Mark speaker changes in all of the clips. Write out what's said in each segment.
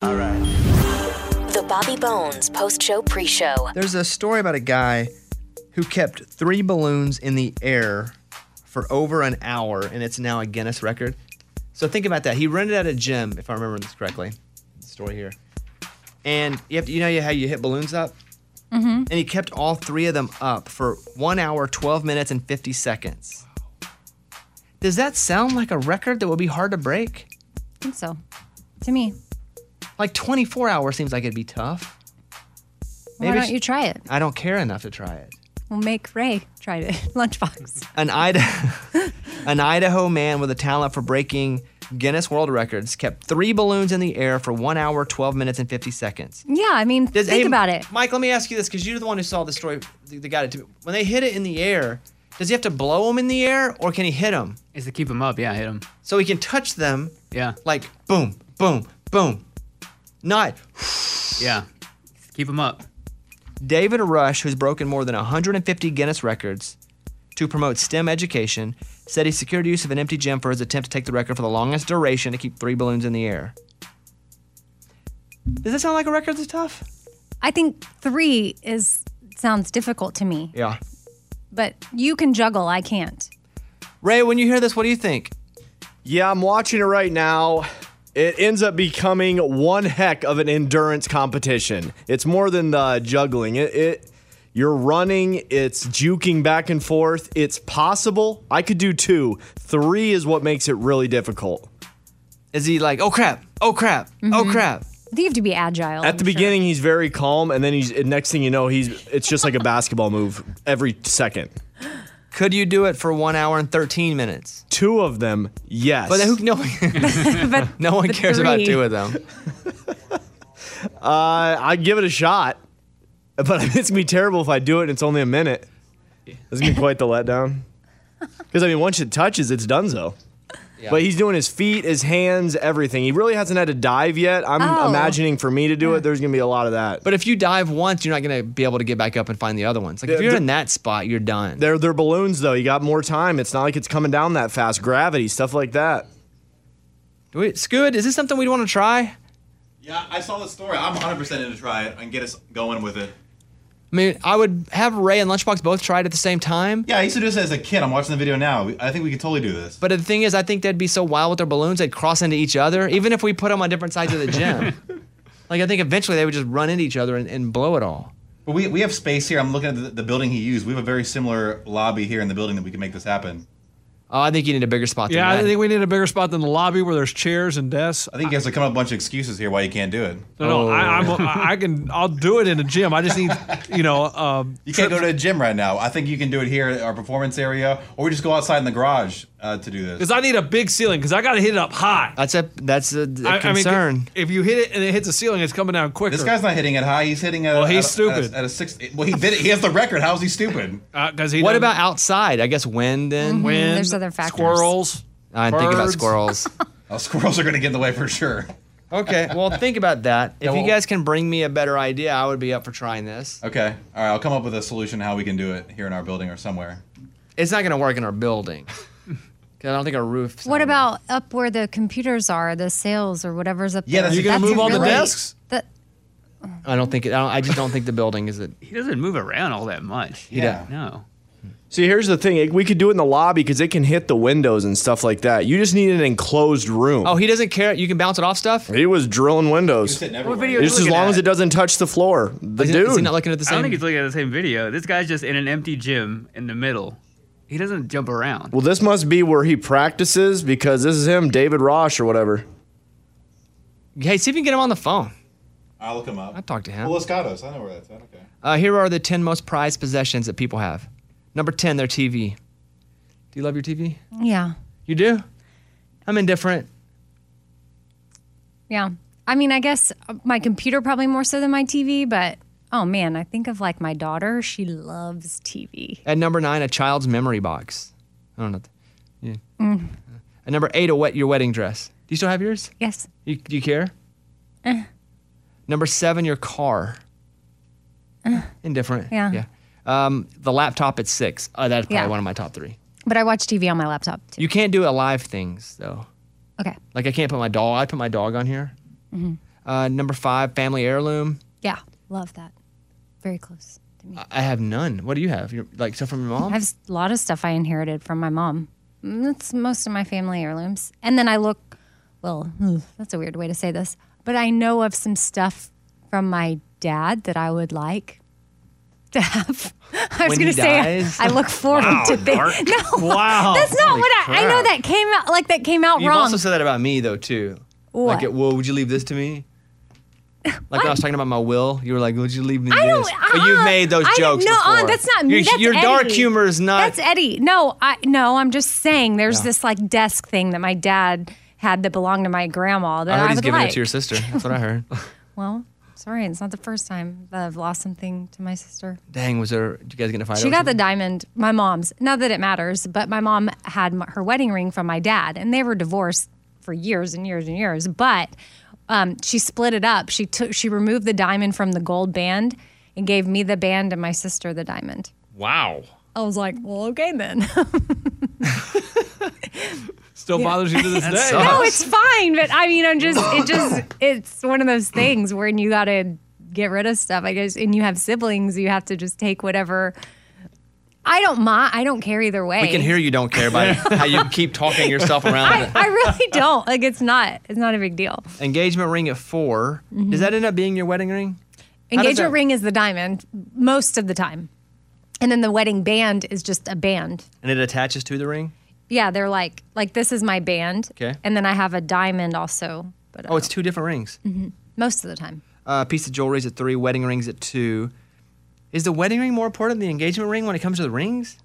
Speaker 1: All right.
Speaker 2: The Bobby Bones post show pre show.
Speaker 3: There's a story about a guy who kept three balloons in the air for over an hour, and it's now a Guinness record. So think about that. He rented out a gym, if I remember this correctly. The story here, and you have to, you know how you hit balloons up,
Speaker 4: Mm-hmm.
Speaker 3: and he kept all three of them up for one hour, twelve minutes, and fifty seconds. Does that sound like a record that would be hard to break?
Speaker 4: I think so. To me.
Speaker 3: Like 24 hours seems like it'd be tough.
Speaker 4: Why
Speaker 3: Maybe
Speaker 4: don't
Speaker 3: sh-
Speaker 4: you try it?
Speaker 3: I don't care enough to try it.
Speaker 4: We'll make Ray try it. Lunchbox.
Speaker 3: An Idaho, an Idaho man with a talent for breaking Guinness World Records kept three balloons in the air for one hour, 12 minutes, and 50 seconds.
Speaker 4: Yeah, I mean, think
Speaker 3: hey,
Speaker 4: about it.
Speaker 3: Mike, let me ask you this because you're the one who saw the story, the, the guy that did- When they hit it in the air, does he have to blow them in the air or can he hit them?
Speaker 5: Is to keep them up. Yeah, hit them.
Speaker 3: So he can touch them
Speaker 5: Yeah,
Speaker 3: like boom, boom, boom. Not
Speaker 5: yeah. Keep them up.
Speaker 3: David Rush, who's broken more than 150 Guinness records to promote STEM education, said he secured use of an empty gym for his attempt to take the record for the longest duration to keep three balloons in the air. Does that sound like a record that's tough?
Speaker 4: I think three is sounds difficult to me,
Speaker 3: Yeah.
Speaker 4: but you can juggle. I can't.
Speaker 3: Ray, when you hear this, what do you think?
Speaker 1: Yeah, I'm watching it right now. It ends up becoming one heck of an endurance competition. It's more than the juggling. It, it you're running, it's juking back and forth. It's possible. I could do two. Three is what makes it really difficult.
Speaker 3: Is he like, oh crap, oh crap, oh crap?
Speaker 4: I think you have to be agile.
Speaker 1: At the beginning, he's very calm, and then he's and next thing you know, he's it's just like a basketball move every second.
Speaker 3: Could you do it for one hour and 13 minutes?
Speaker 1: Two of them, yes.
Speaker 3: But who, no,
Speaker 4: but
Speaker 3: no one
Speaker 4: but
Speaker 3: cares about
Speaker 4: three.
Speaker 3: two of them.
Speaker 1: Uh, I'd give it a shot, but it's gonna be terrible if I do it and it's only a minute. It's gonna be quite the letdown. Because I mean, once it touches, it's donezo. But he's doing his feet, his hands, everything. He really hasn't had to dive yet. I'm
Speaker 4: Oh.
Speaker 1: imagining for me to do it, there's gonna be a lot of that. But
Speaker 3: But if you dive once, you're not going to be able to get back up and find the other ones. Like if
Speaker 1: The-
Speaker 3: you're
Speaker 1: the-
Speaker 3: in that spot, you're done.
Speaker 1: they're they're balloons though. You got more time. It's not like it's coming down that fast. Gravity, stuff like that.
Speaker 3: Wait, Scoot, is this something we'd want to try?
Speaker 6: Yeah, I saw the story. I'm 100% in to try it and get us going with it.
Speaker 3: I mean, I would have Ray and Lunchbox both try it at the same time.
Speaker 6: Yeah, I used to do this as a kid. I'm watching the video now. We- I think we could totally do this.
Speaker 3: But the thing is, I think they'd be so wild with their balloons, they'd cross into each other, even if we put them on different sides of the gym. like, I think eventually they would just run into each other and, and blow it all.
Speaker 6: But we, we have space here. I'm looking at the, the building he used. We have a very similar lobby here in the building that we can make this happen.
Speaker 3: Oh, I think you need a bigger spot than
Speaker 7: Yeah, I
Speaker 3: that.
Speaker 7: think we need a bigger spot than the lobby where there's chairs and desks.
Speaker 6: I think you guys are coming up with a bunch of excuses here why you can't do it.
Speaker 7: No, no, I,
Speaker 3: Oh.
Speaker 7: I'm, I can, I'll do it in a gym. I just need, you know, um,
Speaker 6: You can't go to a gym right now. I think you can do it here at our performance area, or we just go outside in the garage uh, to do this.
Speaker 7: because I need a big ceiling because I got to hit it up high.
Speaker 3: that's a that's a, a
Speaker 7: I, I mean,
Speaker 3: concern.
Speaker 7: if you hit it and it hits the ceiling, it's coming down quicker.
Speaker 6: This guy's not hitting it high. He's hitting it.
Speaker 7: Well, he's
Speaker 6: At
Speaker 7: stupid.
Speaker 6: a, at a six. Well, he did it. He has the record. How is he stupid?
Speaker 7: Uh, 'cause he
Speaker 3: what
Speaker 7: doesn't-
Speaker 3: about outside? I guess wind then?
Speaker 7: wind?
Speaker 4: Mm, There's other factors.
Speaker 7: Squirrels.
Speaker 3: I didn't think about
Speaker 7: Birds.
Speaker 3: squirrels.
Speaker 6: Uh, squirrels are going to get in the way for sure.
Speaker 3: okay, well, think about that. If you
Speaker 6: well-
Speaker 3: guys can bring me a better idea, I would be up for trying this.
Speaker 6: Okay. All right. I'll come up with a solution how we can do it here in our building or somewhere.
Speaker 3: It's not going to work in our building. 'Cause I don't think our roof's.
Speaker 4: What
Speaker 3: on it.
Speaker 4: about up where the computers are, the sales or whatever's up
Speaker 6: Yeah,
Speaker 4: there?
Speaker 6: that's- You
Speaker 7: gonna move all the desks?
Speaker 4: That,
Speaker 3: I don't think it. I, don't, I just don't think the building is it.
Speaker 5: He doesn't move around all that much.
Speaker 6: Yeah.
Speaker 5: No.
Speaker 1: See, here's the thing. It- We could do it in the lobby because it can hit the windows and stuff like that. You just need an enclosed room.
Speaker 3: Oh, he doesn't care. You can bounce it off stuff.
Speaker 1: he was drilling windows.
Speaker 6: Sitting
Speaker 5: What
Speaker 6: everywhere.
Speaker 5: video
Speaker 1: Just as long as it doesn't touch the floor. The
Speaker 3: Is he,
Speaker 1: dude.
Speaker 3: is he not looking at the
Speaker 5: I
Speaker 3: same?
Speaker 5: don't think he's looking at the same video. This guy's just in an empty gym in the middle. He doesn't jump around.
Speaker 1: well, this must be where he practices because this is him, David Rosh or whatever.
Speaker 3: hey, see if you can get him on the phone.
Speaker 6: I'll look him up.
Speaker 3: I'll talk to him.
Speaker 6: Well, Escados. I know where that's at. Okay.
Speaker 3: Uh, here are the ten most prized possessions that people have. Number ten, their TV. Do you love your TV?
Speaker 4: yeah,
Speaker 3: You do. I'm indifferent.
Speaker 4: yeah. I mean, I guess uh, my computer probably more so than my TV, but oh man, I think of like my daughter. She loves TV.
Speaker 3: At number nine, a child's memory box. I don't know. Yeah.
Speaker 4: Mm.
Speaker 3: At number eight, a wet your wedding dress. Do you still have yours?
Speaker 4: Yes.
Speaker 3: You, do you care?
Speaker 4: Uh.
Speaker 3: Number seven, your car. Indifferent.
Speaker 4: Uh. Yeah.
Speaker 3: Yeah. Um, the laptop at six. Oh, that's probably
Speaker 4: Yeah.
Speaker 3: one of my top three.
Speaker 4: But I watch TV on my laptop too.
Speaker 3: You can't do alive things though.
Speaker 4: Okay. Mm-hmm.
Speaker 3: Like I can't put my dog. I put my dog on here. Uh, number five, family heirloom.
Speaker 4: Yeah, love that. Very close to me.
Speaker 3: I- I have none. What do you have? You're, like stuff from your
Speaker 4: I
Speaker 3: mom?
Speaker 4: have s- a lot of stuff I inherited from my mom. Mm, That's most of my family heirlooms. And then I look, well, ugh, that's a weird way to say this, but I know of some stuff from my dad that I would like to have. I was
Speaker 3: When
Speaker 4: going
Speaker 3: he
Speaker 4: to say I-
Speaker 3: dies?
Speaker 4: I, look forward to things. No,
Speaker 7: Wow.
Speaker 4: that's not what I, I know.
Speaker 3: crap.
Speaker 4: That came out like that came out
Speaker 3: You've
Speaker 4: wrong.
Speaker 3: also said that about me though too. Like,
Speaker 4: What?
Speaker 3: it, well, would you leave this to me? Like when I was talking about my will, you were like, "Would you leave me
Speaker 4: I
Speaker 3: this?"
Speaker 4: don't.
Speaker 3: but
Speaker 4: uh-uh.
Speaker 3: you've made those
Speaker 4: I don't-
Speaker 3: jokes.
Speaker 4: No, uh,
Speaker 3: before.
Speaker 4: that's not me.
Speaker 3: Your,
Speaker 4: that's
Speaker 3: your
Speaker 4: Eddie.
Speaker 3: dark humor is not.
Speaker 4: That's Eddie. No, I no. I'm just saying. There's this like desk thing that my dad had that belonged to my grandma that
Speaker 3: I
Speaker 4: I,
Speaker 3: heard he's
Speaker 4: would
Speaker 3: giving
Speaker 4: like.
Speaker 3: it to your sister. That's what I heard.
Speaker 4: Well, sorry, it's not the first time that I've lost something to my sister.
Speaker 3: Dang, was there? Did you guys get in a fight?
Speaker 4: She
Speaker 3: over
Speaker 4: got the
Speaker 3: something?
Speaker 4: diamond. My mom's. Not that it matters, but my mom had m- her wedding ring from my dad, and they were divorced for years and years and years. But um, she split it up. She took. She removed the diamond from the gold band and gave me the band and my sister the diamond.
Speaker 7: Wow.
Speaker 4: I was like, well, okay then.
Speaker 7: Still bothers you to this day.
Speaker 3: sucks.
Speaker 4: No, it's fine, but I mean, I'm just it just it's one of those things when you got to get rid of stuff, I guess, and you have siblings, you have to just take whatever. I don't mind. I don't care either way.
Speaker 3: We can hear you don't care about how you keep talking yourself around.
Speaker 4: I, I really don't. Like it's not. It's not a big deal.
Speaker 3: Engagement ring at 4
Speaker 4: Mm-hmm.
Speaker 3: Does that end up being your wedding ring? does
Speaker 4: Engagement
Speaker 3: that-
Speaker 4: ring is the diamond most of the time, and then the wedding band is just a band.
Speaker 3: And it attaches to the ring?
Speaker 4: Yeah, they're like like this is my band.
Speaker 3: 'Kay.
Speaker 4: And then I have a diamond also, but uh,
Speaker 3: Oh, it's two different rings.
Speaker 4: Mm-hmm. most of the time.
Speaker 3: Uh, piece of jewelry's at three. Wedding rings at two. Is the wedding ring more important than the engagement ring when it comes to the rings?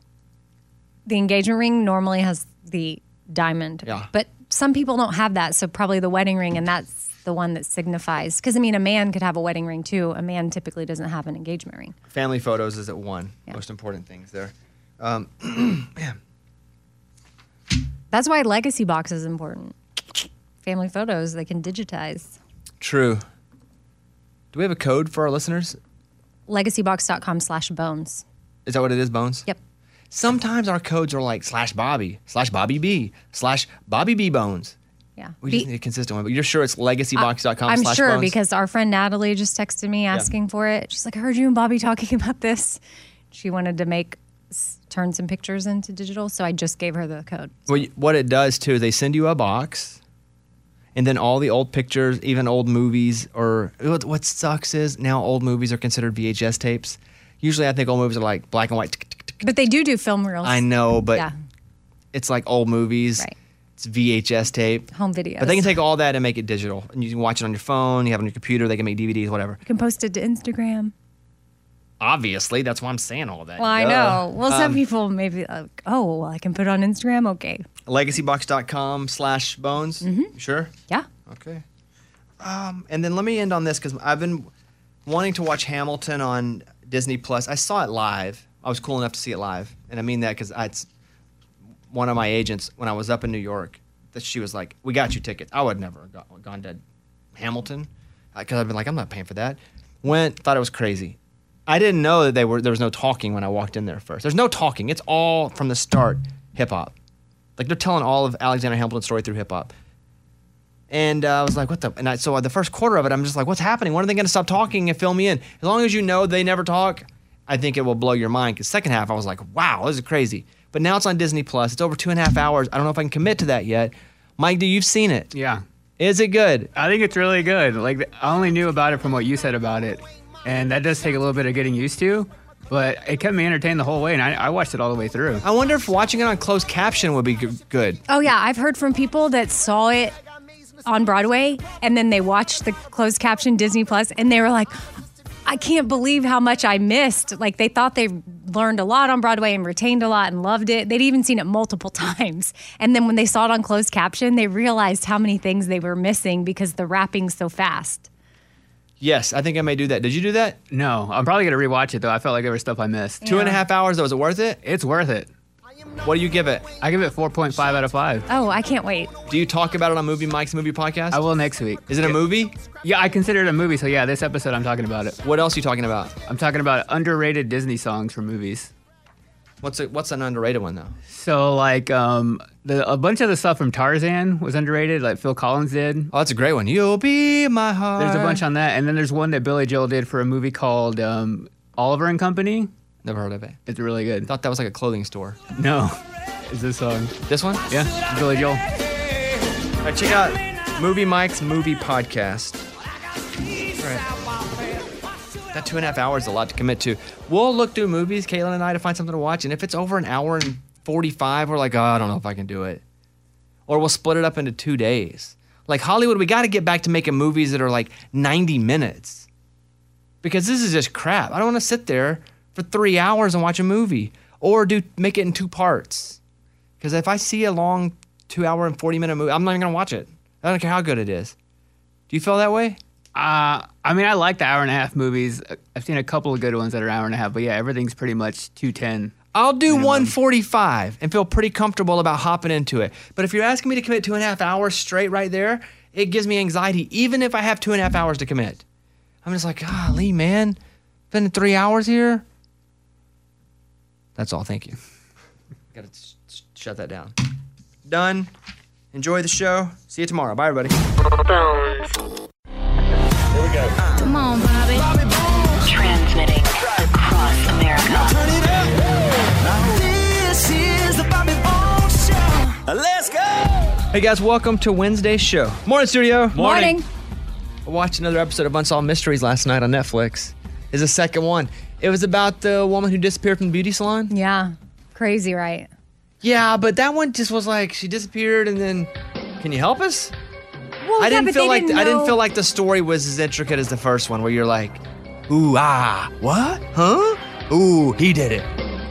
Speaker 4: the engagement ring normally has the diamond.
Speaker 3: Yeah.
Speaker 4: But some people don't have that, so probably the wedding ring, and that's the one that signifies. Because I mean, a man could have a wedding ring too. A man typically doesn't have an engagement ring.
Speaker 3: Family photos is at one. Most important things there.
Speaker 4: That's why legacy box is important. Family photos they can digitize.
Speaker 3: True. Do we have a code for our listeners?
Speaker 4: Legacybox.com slash bones.
Speaker 3: Is that what it is, Bones?
Speaker 4: Yep.
Speaker 3: Sometimes our codes are like slash Bobby, slash Bobby B, slash Bobby B Bones.
Speaker 4: Yeah.
Speaker 3: We
Speaker 4: Be-
Speaker 3: just need a consistent one, but you're sure it's legacybox.com
Speaker 4: I'm
Speaker 3: slash
Speaker 4: sure
Speaker 3: bones?
Speaker 4: because our friend Natalie just texted me asking for it. She's like, I heard you and Bobby talking about this. She wanted to make s- turn some pictures into digital, so I just gave her the code.
Speaker 3: Well, you- what it does too is they send you a box, and then all the old pictures, even old movies, or what, what sucks is now old movies are considered VHS tapes. Usually, I think old movies are like black and white. tick, tick, tick.
Speaker 4: But they do do film reels.
Speaker 3: I know, but
Speaker 4: Yeah,
Speaker 3: it's like old movies.
Speaker 4: Right.
Speaker 3: It's VHS tape.
Speaker 4: home videos.
Speaker 3: But they can take all that and make it digital, and you can watch it on your phone. You have it on your computer. They can make DVDs, whatever.
Speaker 4: you can post it to Instagram.
Speaker 3: Obviously, that's why I'm saying all that.
Speaker 4: Well, I
Speaker 3: Duh.
Speaker 4: know. Well,
Speaker 3: Um,
Speaker 4: some people maybe like, oh, well, I can put it on Instagram. Okay,
Speaker 3: Legacybox.com slash bones.
Speaker 4: Mm-hmm.
Speaker 3: Sure.
Speaker 4: yeah.
Speaker 3: Okay. Um, and then let me end on this because I've been wanting to watch Hamilton on Disney Plus. I saw it live. I was cool enough to see it live, and I mean that because it's one of my agents when I was up in New York that she was like, "We got you tickets." I would never have got, gone to Hamilton because I've been like, "I'm not paying for that." Went, thought it was crazy. I didn't know that they were there was no talking when I walked in there first. There's no talking. It's all from the start hip hop. Like they're telling all of Alexander Hamilton's story through hip hop. And uh, I was like, what the? And I, so the first quarter of it, I'm just like, what's happening? When are they going to stop talking and fill me in? As long as you know they never talk, I think it will blow your mind. Because second half, I was like, wow, this is crazy. But now it's on Disney Plus. It's over two and a half hours. I don't know if I can commit to that yet. Mike, do you've seen it?
Speaker 5: Yeah.
Speaker 3: Is it good?
Speaker 5: I think it's really good. Like th- I only knew about it from what you said about it, and that does take a little bit of getting used to, but it kept me entertained the whole way, and I, I watched it all the way through.
Speaker 3: I wonder if watching it on closed caption would be g- good.
Speaker 4: Oh yeah, I've heard from people that saw it on Broadway and then they watched the closed caption Disney Plus and they were like, I can't believe how much I missed. Like they thought they learned a lot on Broadway and retained a lot and loved it. They'd even seen it multiple times. And then when they saw it on closed caption, they realized how many things they were missing because the rapping's so fast.
Speaker 3: Yes, I think I may do that. Did you do that?
Speaker 5: No, I'm probably gonna rewatch it though. I felt like there was stuff I missed.
Speaker 3: Two and a half hours, though. Is it worth it?
Speaker 5: It's worth it.
Speaker 3: What do you give it?
Speaker 5: I give it 4.5 out of 5.
Speaker 4: Oh, I can't wait.
Speaker 3: Do you talk about it on Movie Mike's Movie Podcast?
Speaker 5: I will next week.
Speaker 3: Is it a movie?
Speaker 5: Yeah, I consider it a movie, so yeah, this episode I'm talking about it.
Speaker 3: What else are you talking about?
Speaker 5: I'm talking about underrated Disney songs from movies.
Speaker 3: What's a, what's an underrated one though?
Speaker 5: So like um, the a bunch of the stuff from Tarzan was underrated, like Phil Collins did.
Speaker 3: Oh, that's a great one. You'll be my heart.
Speaker 5: There's a bunch on that, and then there's one that Billy Joel did for a movie called um, Oliver and Company.
Speaker 3: Never heard of it.
Speaker 5: It's really good.
Speaker 3: Thought that was like a clothing store.
Speaker 5: No, it's this song.
Speaker 3: This one?
Speaker 5: Yeah, Billy Joel.
Speaker 3: All right, check out Movie Mike's movie podcast. That two and a half hours is a lot to commit to. We'll look through movies, Caitlin and I, to find something to watch. And if it's over an hour and 45, we're like, oh, I don't know if I can do it. Or we'll split it up into two days. Like Hollywood, we got to get back to making movies that are like 90 minutes because this is just crap. I don't want to sit there for three hours and watch a movie or do make it in two parts. Because if I see a long two hour and 40 minute movie, I'm not even going to watch it. I don't care how good it is. Do you feel that way?
Speaker 5: Uh, I mean, I like the hour and a half movies. I've seen a couple of good ones that are hour and a half, but yeah, everything's pretty much 210.
Speaker 3: I'll do 145 and feel pretty comfortable about hopping into it. But if you're asking me to commit two and a half hours straight right there, it gives me anxiety, even if I have two and a half hours to commit. I'm just like, golly, man, spending three hours here. That's all. Thank you. Gotta s- s- shut that down. Done. Enjoy the show. See you tomorrow. Bye, everybody.
Speaker 2: Bones. Here we go. Come on, Bobby. Transmitting across America.
Speaker 8: This is the Bobby Bones Show. Let's go.
Speaker 3: Hey, guys, welcome to Wednesday's show. Morning, studio.
Speaker 4: Morning.
Speaker 3: I watched another episode of Unsolved Mysteries last night on Netflix. Is the second one. It was about the woman who disappeared from the beauty salon.
Speaker 4: Yeah. Crazy, right?
Speaker 3: Yeah, but that one just was like she disappeared and then can you help us?
Speaker 4: Well,
Speaker 3: I
Speaker 4: yeah,
Speaker 3: didn't
Speaker 4: but
Speaker 3: feel
Speaker 4: they
Speaker 3: like
Speaker 4: didn't
Speaker 3: I didn't
Speaker 4: know-
Speaker 3: feel like the story was as intricate as the first one where you're like, ooh ah, what? Huh? Ooh, he did it.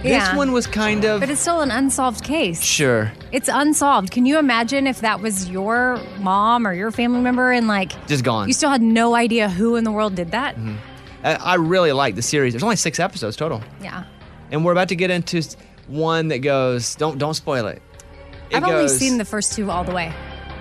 Speaker 3: This
Speaker 4: Yeah.
Speaker 3: one was kind of
Speaker 4: But it's still an unsolved case.
Speaker 3: sure.
Speaker 4: It's unsolved. Can you imagine if that was your mom or your family member and like
Speaker 3: Just gone. Mm-hmm.
Speaker 4: you still had no idea who in the world did that?
Speaker 3: I, I really like the series. There's only 6 episodes total.
Speaker 4: Yeah.
Speaker 3: And we're about to get into s- one that goes don't don't spoil it. It
Speaker 4: I've only
Speaker 3: goes-
Speaker 4: seen the first two all the way.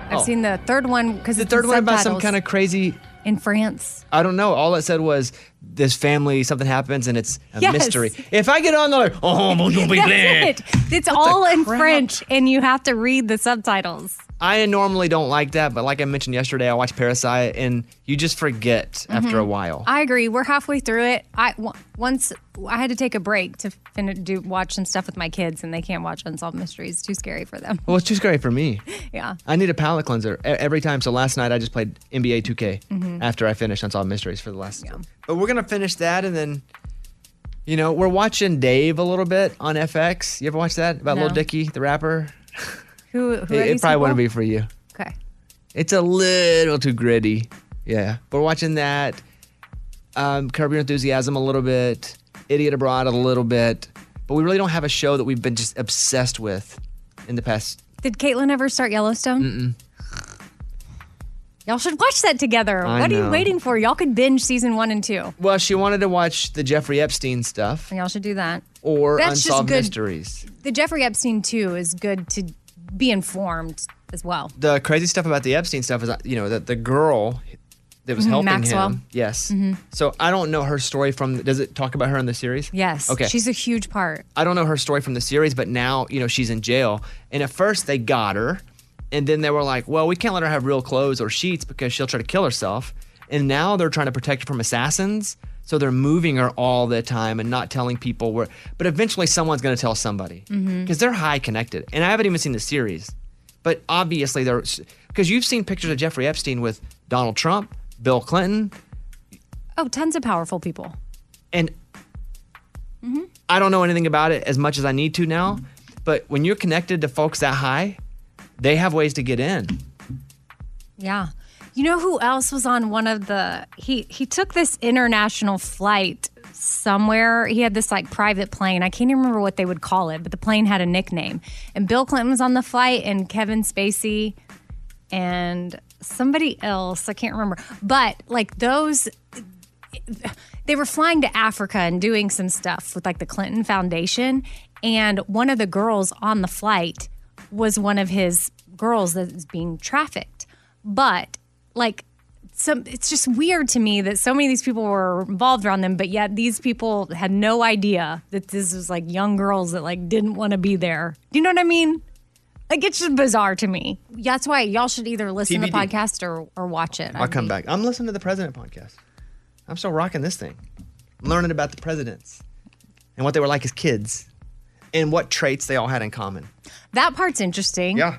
Speaker 4: I've
Speaker 3: Oh.
Speaker 4: seen the third one because
Speaker 3: the third one about some kind of crazy
Speaker 4: in France.
Speaker 3: I don't know. All it said was this family, something happens, and it's a
Speaker 4: Yes.
Speaker 3: mystery. If I get on the, oh, mon Dieu, big
Speaker 4: That's
Speaker 3: man.
Speaker 4: it. It's all in
Speaker 3: crap?
Speaker 4: French, and you have to read the subtitles.
Speaker 3: I normally don't like that, but like I mentioned yesterday, I watched Parasite, and you just forget after a while.
Speaker 4: Mm-hmm. I agree. We're halfway through it. I w- once I had to take a break to fin- do watch some stuff with my kids, and they can't watch unsolved mysteries. Too scary for them.
Speaker 3: well, it's too scary for me.
Speaker 4: Yeah.
Speaker 3: I need a palate cleanser e- every time. So last night I just played NBA 2K
Speaker 4: Mm-hmm.
Speaker 3: after I finished Unsolved Mysteries for the last. But we're gonna finish that, and then, you know, we're watching Dave a little bit on FX. You ever watch that about
Speaker 4: No.
Speaker 3: Lil Dicky, the rapper?
Speaker 4: Who? who
Speaker 3: It-
Speaker 4: are
Speaker 3: it
Speaker 4: these
Speaker 3: probably wouldn't be
Speaker 4: people?
Speaker 3: for you.
Speaker 4: Okay.
Speaker 3: It's a little too gritty. Yeah. We're watching that. Um, Curb Your Enthusiasm a little bit. Idiot Abroad a little bit. But we really don't have a show that we've been just obsessed with in the past.
Speaker 4: Did Caitlin ever start Yellowstone? Mm-mm. Y'all should watch that together.
Speaker 3: I
Speaker 4: what are
Speaker 3: know.
Speaker 4: you waiting for? Y'all could binge season one and two.
Speaker 3: Well, she wanted to watch the Jeffrey Epstein stuff
Speaker 4: Y'all should do that.
Speaker 3: or
Speaker 4: That's just
Speaker 3: Unsolved
Speaker 4: good.
Speaker 3: Mysteries.
Speaker 4: The Jeffrey Epstein too is good to be informed as well.
Speaker 3: The crazy stuff about the Epstein stuff is, uh, you know, that the girl that was helping
Speaker 4: Mm-hmm, Maxwell. Mm-hmm.
Speaker 3: him. Yes. So I don't know her story from. Does it talk about her in the series?
Speaker 4: Yes.
Speaker 3: Okay.
Speaker 4: She's a huge part.
Speaker 3: I don't know her story from the series, but now, you know, she's in jail. And at first they got her. And then they were like, well, we can't let her have real clothes or sheets because she'll try to kill herself. And now they're trying to protect her from assassins. So they're moving her all the time and not telling people where. But eventually someone's going to tell somebody because they're high connected. And I haven't even seen the series. But obviously they're. Because you've seen pictures of Jeffrey Epstein with Donald Trump, Bill Clinton,
Speaker 4: Oh, tons of powerful people.
Speaker 3: and I don't know anything about it as much as I need to now. But when you're connected to folks that high, they have ways to get in.
Speaker 4: Yeah. You know who else was on one of the he he took this international flight somewhere. He had this like private plane. I can't even remember what they would call it, but the plane had a nickname. And Bill Clinton was on the flight and Kevin Spacey and somebody else, I can't remember. But like those they were flying to Africa and doing some stuff with like the Clinton Foundation. And one of the girls on the flight was one of his girls that is being trafficked. But like some it's just weird to me that so many of these people were involved around them, but yet these people had no idea that this was like young girls that like didn't want to be there. Do you know what I mean? Like it's just bizarre to me. That's why y'all should either listen to the
Speaker 3: TBD.
Speaker 4: podcast or or watch it.
Speaker 3: I'll come back. I'm listening to the president podcast. I'm still rocking this thing. I'm learning about the presidents and what they were like as kids and what traits they all had in common.
Speaker 4: That part's interesting.
Speaker 3: Yeah.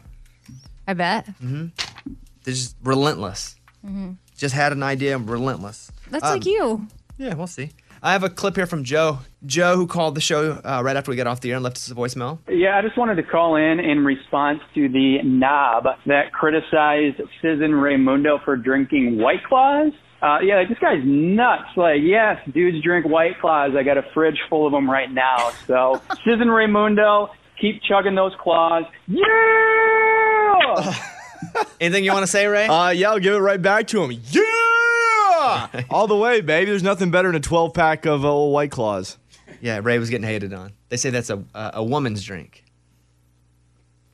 Speaker 4: I bet.
Speaker 3: They're just relentless.
Speaker 4: Mm-hmm.
Speaker 3: Just had an idea and relentless.
Speaker 4: That's
Speaker 3: Um,
Speaker 4: like you.
Speaker 3: Yeah, we'll see. I have a clip here from Joe. Joe, who called the show uh, right after we got off the air and left us a voicemail.
Speaker 9: Yeah, I just wanted to call in in response to the knob that criticized Citizen Raymundo for drinking White Claws. Uh, yeah, like, this guy's nuts. Like, yes, dudes drink White Claws. I got a fridge full of them right now. So, Citizen Raymundo, keep chugging those claws. Yeah!
Speaker 3: Anything you want to say, Ray?
Speaker 1: Uh, yeah, I'll give it right back to him. Yeah, all the way, baby. There's nothing better than a 12 pack of uh, old White Claws.
Speaker 3: yeah, Ray was getting hated on. They say that's a, a, a woman's drink.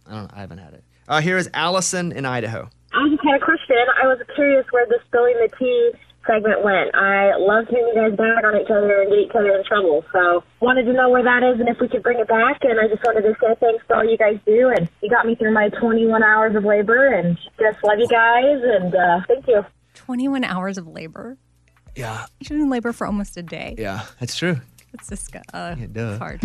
Speaker 3: I don't know. I haven't had it. Uh, here is Allison in Idaho.
Speaker 10: I just had a question. I was curious where the spilling the tea segment went. I loved hearing you guys bag on each other and get each other in trouble. So wanted to know where that is and if we could bring it back. And I just wanted to say thanks for all you guys do. And you got me through my 21 hours of labor. And just love you guys. And uh, thank you.
Speaker 4: Twenty one hours of labor.
Speaker 3: Yeah,
Speaker 4: She's in labor for almost a day.
Speaker 3: yeah, that's true.
Speaker 4: It's just uh,
Speaker 3: duh.
Speaker 4: hard.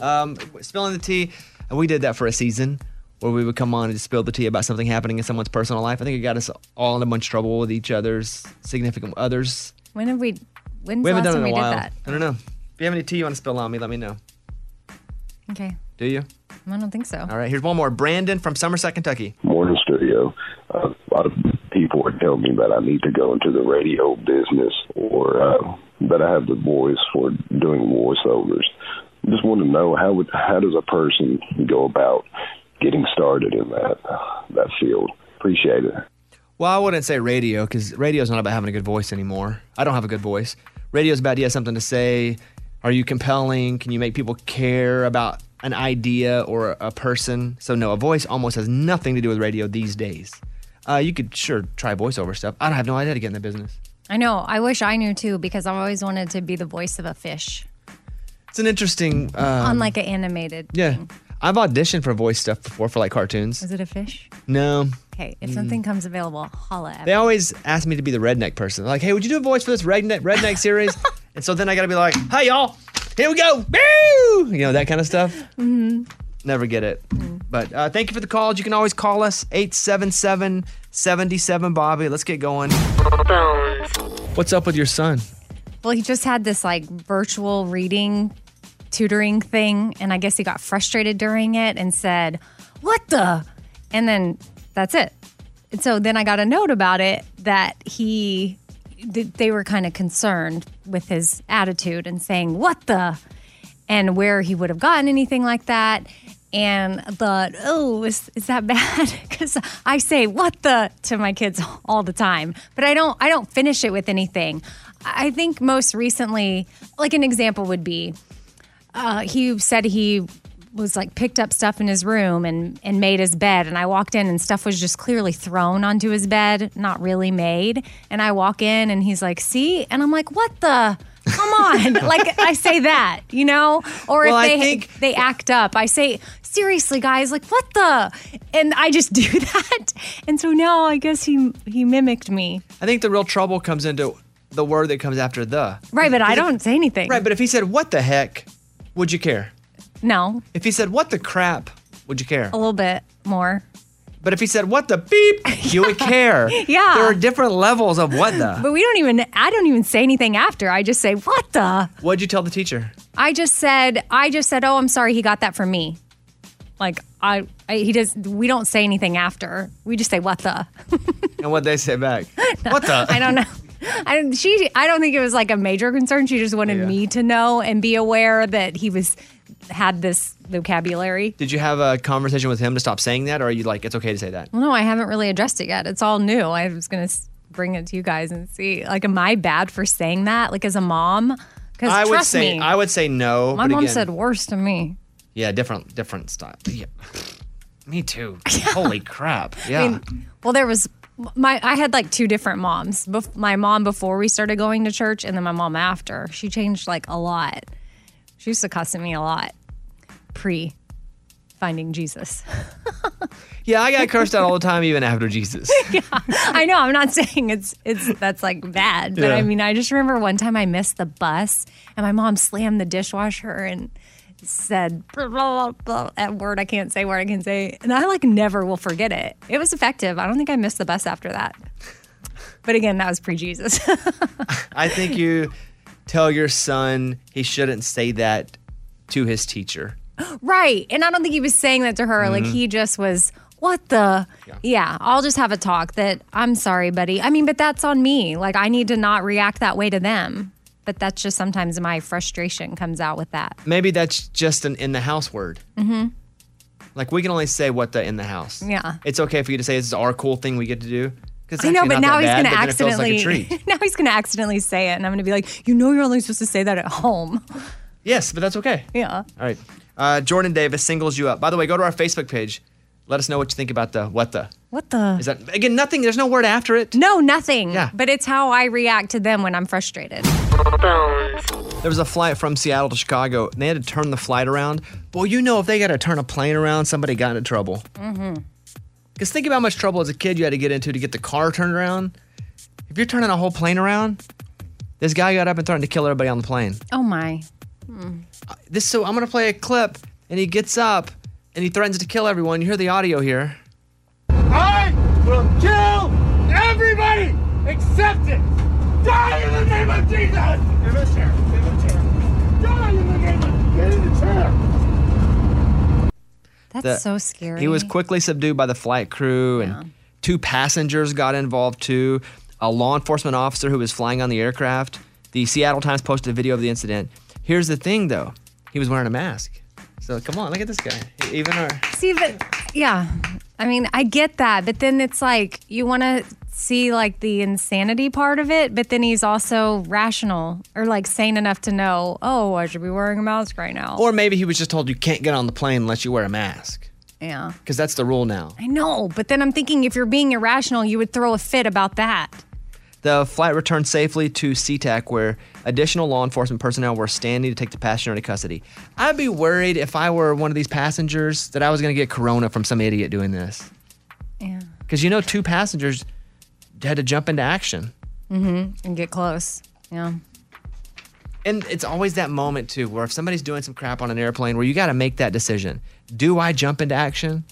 Speaker 3: Um, spilling the tea, and we did that for a season where we would come on and just spill the tea about something happening in someone's personal life. I think it got us all in a bunch of trouble with each other's significant others.
Speaker 4: When have we? When's
Speaker 3: We
Speaker 4: the last
Speaker 3: haven't done it
Speaker 4: time
Speaker 3: in
Speaker 4: we
Speaker 3: a
Speaker 4: did
Speaker 3: while.
Speaker 4: that?
Speaker 3: I don't know. If you have any tea you want to spill on me, let me know.
Speaker 4: Okay,
Speaker 3: Do you?
Speaker 4: I don't think so.
Speaker 3: All right, here's one more. Brandon from Somerset, Kentucky.
Speaker 11: morning studio. Uh, a lot of people would tell me that I need to go into the radio business or uh, that I have the voice for doing voiceovers. Just want to know how would how does a person go about getting started in that that field? Appreciate it.
Speaker 3: Well, I wouldn't say radio because radio's not about having a good voice anymore. I don't have a good voice. Radio's about you have something to say. Are you compelling? Can you make people care about an idea or a person? So no, a voice almost has nothing to do with radio these days. Uh, you could sure try voiceover stuff. I don't have no idea to get in the business.
Speaker 4: I know. I wish I knew too because I've always wanted to be the voice of a fish
Speaker 3: It's an interesting. Uh,
Speaker 4: on like an animated.
Speaker 3: yeah, I've auditioned for voice stuff before for like cartoons.
Speaker 4: Is it a fish?
Speaker 3: No,
Speaker 4: Okay,
Speaker 3: Mm.
Speaker 4: if something comes available, holla at
Speaker 3: they
Speaker 4: me.
Speaker 3: always ask me to be the redneck person. They're like, hey, would you do a voice for this redneck redneck series? and so then I gotta be like, hey y'all, here we go, Woo! you know that kind of stuff. Mm-hmm. Never get
Speaker 5: Mm.
Speaker 3: it. But uh, thank you for the calls. You can always call us 877 77 Bobby. Let's get going. What's up with your son?
Speaker 4: Well, he just had this like virtual reading tutoring thing, and I guess he got frustrated during it and said, What the? And then that's it. And so then I got a note about it that he, that they were kind of concerned with his attitude and saying, What the? And where he would have gotten anything like that. And I thought, oh, is, is that bad? Because I say what the to my kids all the time, but I don't I don't finish it with anything. I think most recently, like an example would be, uh, he said he was like picked up stuff in his room and and made his bed and I walked in and stuff was just clearly thrown onto his bed, not really made. And I walk in and he's like, "See?" And I'm like, "What the Come on." like I say that, you know? Or
Speaker 3: Well, I
Speaker 4: if they
Speaker 3: think-
Speaker 4: they act up, I say, "Seriously, guys, like what the?" And I just do that. And so now I guess he he mimicked me.
Speaker 3: I think the real trouble comes into the word that comes after the.
Speaker 4: Right, but I don't say anything.
Speaker 3: Right, but if he said, what the heck, would you care?
Speaker 4: no,
Speaker 3: If he said, what the crap, would you care?
Speaker 4: a little bit more.
Speaker 3: But if he said, what the beep, you would care.
Speaker 4: Yeah.
Speaker 3: There are different levels of what the.
Speaker 4: But we don't even I don't even say anything after. I just say, "What the?"
Speaker 3: What'd you tell the teacher?
Speaker 4: I just said, I just said, oh, I'm sorry, he got that from me. Like I, I he does. We don't say anything after. We just say what the.
Speaker 3: And what'd they say back? What the?
Speaker 4: I don't know. I don't, she. I don't think it was like a major concern. She just wanted
Speaker 3: Yeah.
Speaker 4: me to know and be aware that he was had this vocabulary.
Speaker 3: Did you have a conversation with him to stop saying that? Or are you like, it's okay to say that?
Speaker 4: Well, no, I haven't really addressed it yet. It's all new. I was gonna s- bring it to you guys and see. Like, am I bad for saying that? Like, as a mom, because
Speaker 3: I
Speaker 4: trust
Speaker 3: would say
Speaker 4: me,
Speaker 3: I would say no.
Speaker 4: my
Speaker 3: but
Speaker 4: mom
Speaker 3: again-
Speaker 4: said worse to me.
Speaker 3: Yeah, different different style. Yeah. Me too. Holy crap. Yeah.
Speaker 4: I mean, well, there was my I had like two different moms. Bef- my mom before we started going to church, and then my mom after. She changed like a lot. She used to cuss at me a lot pre finding Jesus.
Speaker 3: Yeah, I got cursed out all the time, even after Jesus.
Speaker 4: I know I'm not saying it's it's that's like bad, but
Speaker 3: Yeah.
Speaker 4: I mean I just remember one time I missed the bus and my mom slammed the dishwasher and said blah, blah, blah, blah, that word I can't say word I can say and I like never will forget it. It was effective. I don't think I missed the bus after that. But again, that was pre-Jesus.
Speaker 3: I think you tell your son he shouldn't say that to his teacher.
Speaker 4: right. And I don't think he was saying that to her. Like
Speaker 3: Mhm.
Speaker 4: he just was what the yeah. i'll just have a talk that i'm sorry buddy i mean but that's on me like i need to not react that way to them but that's just sometimes my frustration comes out with that
Speaker 3: Maybe that's just an in the house word.
Speaker 4: hmm
Speaker 3: Like we can only say what the in the house.
Speaker 4: yeah
Speaker 3: It's okay for you to say this is our cool thing we get to do. 'cause it's
Speaker 4: I know,
Speaker 3: actually
Speaker 4: but
Speaker 3: not
Speaker 4: now
Speaker 3: that
Speaker 4: he's
Speaker 3: bad,
Speaker 4: gonna
Speaker 3: but then it feels like a
Speaker 4: accidentally.
Speaker 3: treat.
Speaker 4: now he's gonna accidentally say it, and I'm gonna be like, you know, you're only supposed to say that at home.
Speaker 3: Yes, but that's okay.
Speaker 4: Yeah.
Speaker 3: All right. Uh, Jordan Davis singles you out. By the way, go to our Facebook page. Let us know what you think about the what the.
Speaker 4: What the?
Speaker 3: Is that again nothing? There's no word after it.
Speaker 4: No, nothing. Yeah. But it's how I react to them when I'm frustrated.
Speaker 3: There was a flight from Seattle to Chicago. And they had to turn the flight around. Boy, you know if they got to turn a plane around, somebody got into trouble.
Speaker 4: Mm-hmm.
Speaker 3: Because think about how much trouble as a kid you had to get into to get the car turned around. If you're turning a whole plane around, this guy got up and threatened to kill everybody on the plane.
Speaker 4: Oh my. Mm.
Speaker 3: This so I'm gonna play a clip, and he gets up and he threatens to kill everyone. You hear the audio here.
Speaker 12: I will kill everybody except it. Die in the name of Jesus. In the chair. In the chair. Die in the name of. Get in the chair.
Speaker 4: That's
Speaker 3: The-
Speaker 4: so scary.
Speaker 3: He was quickly subdued by the flight crew, and two passengers got involved too. A law enforcement officer who was flying on the aircraft. The Seattle Times posted a video of the incident. Here's the thing, though, he was wearing a mask. So come on, look at this guy. E-, Even our
Speaker 4: See, but yeah, I mean, I get that, but then it's like you want to see like the insanity part of it, but then he's also rational or like sane enough to know, oh, I should be wearing a mask right now.
Speaker 3: or maybe he was just told you can't get on the plane unless you wear a mask
Speaker 4: yeah.
Speaker 3: because that's the rule now.
Speaker 4: I know, but then I'm thinking if you're being irrational, you would throw a fit about that.
Speaker 3: The flight returned safely to SeaTac, where additional law enforcement personnel were standing to take the passenger into custody. I'd be worried if I were one of these passengers that I was going to get corona from some idiot doing this.
Speaker 4: Yeah.
Speaker 3: Because you know, two passengers had to jump into action.
Speaker 4: Mm-hmm. And get close. Yeah.
Speaker 3: And it's always that moment, too, where if somebody's doing some crap on an airplane where you got to make that decision do I jump into action?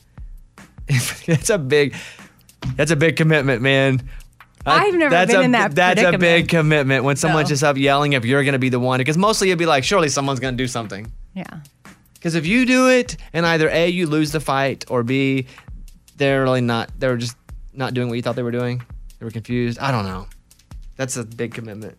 Speaker 3: that's a big. That's a big commitment, man. I-
Speaker 4: I've never
Speaker 3: that's
Speaker 4: been
Speaker 3: a,
Speaker 4: in that
Speaker 3: That's a big
Speaker 4: predicament.
Speaker 3: commitment when someone's
Speaker 4: No.
Speaker 3: just up yelling if you're going to be the one. Because mostly you'd be like, surely someone's going to do something.
Speaker 4: Yeah.
Speaker 3: Because if you do it, and either A, you lose the fight, or B, they're really not, they were just not doing what you thought they were doing. They were confused. I don't know. That's a big commitment.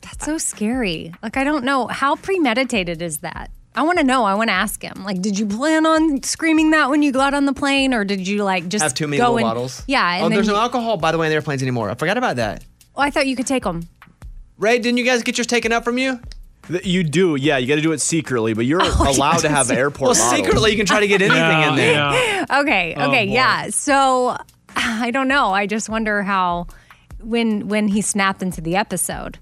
Speaker 4: That's so scary. Like, I don't know. How premeditated is that? I want to know. I want to ask him. Like, did you plan on screaming that when you got on the plane, or did you like just
Speaker 3: Have too many
Speaker 4: go
Speaker 3: little
Speaker 4: and-
Speaker 3: bottles.
Speaker 4: Yeah. And
Speaker 3: oh,
Speaker 4: then
Speaker 3: there's
Speaker 4: you-
Speaker 3: no alcohol, by the way, in airplanes anymore. I forgot about that.
Speaker 4: Oh, I thought you could take them.
Speaker 3: Ray, didn't you guys get yours taken up from you?
Speaker 1: Th- You do, yeah. You got to do it secretly, but you're allowed to have airport.
Speaker 3: Well, secretly, you can try to get anything in there.
Speaker 4: okay.
Speaker 1: Oh,
Speaker 4: Okay.
Speaker 1: boy.
Speaker 4: yeah. So, I don't know. I just wonder how when when he snapped into the episode.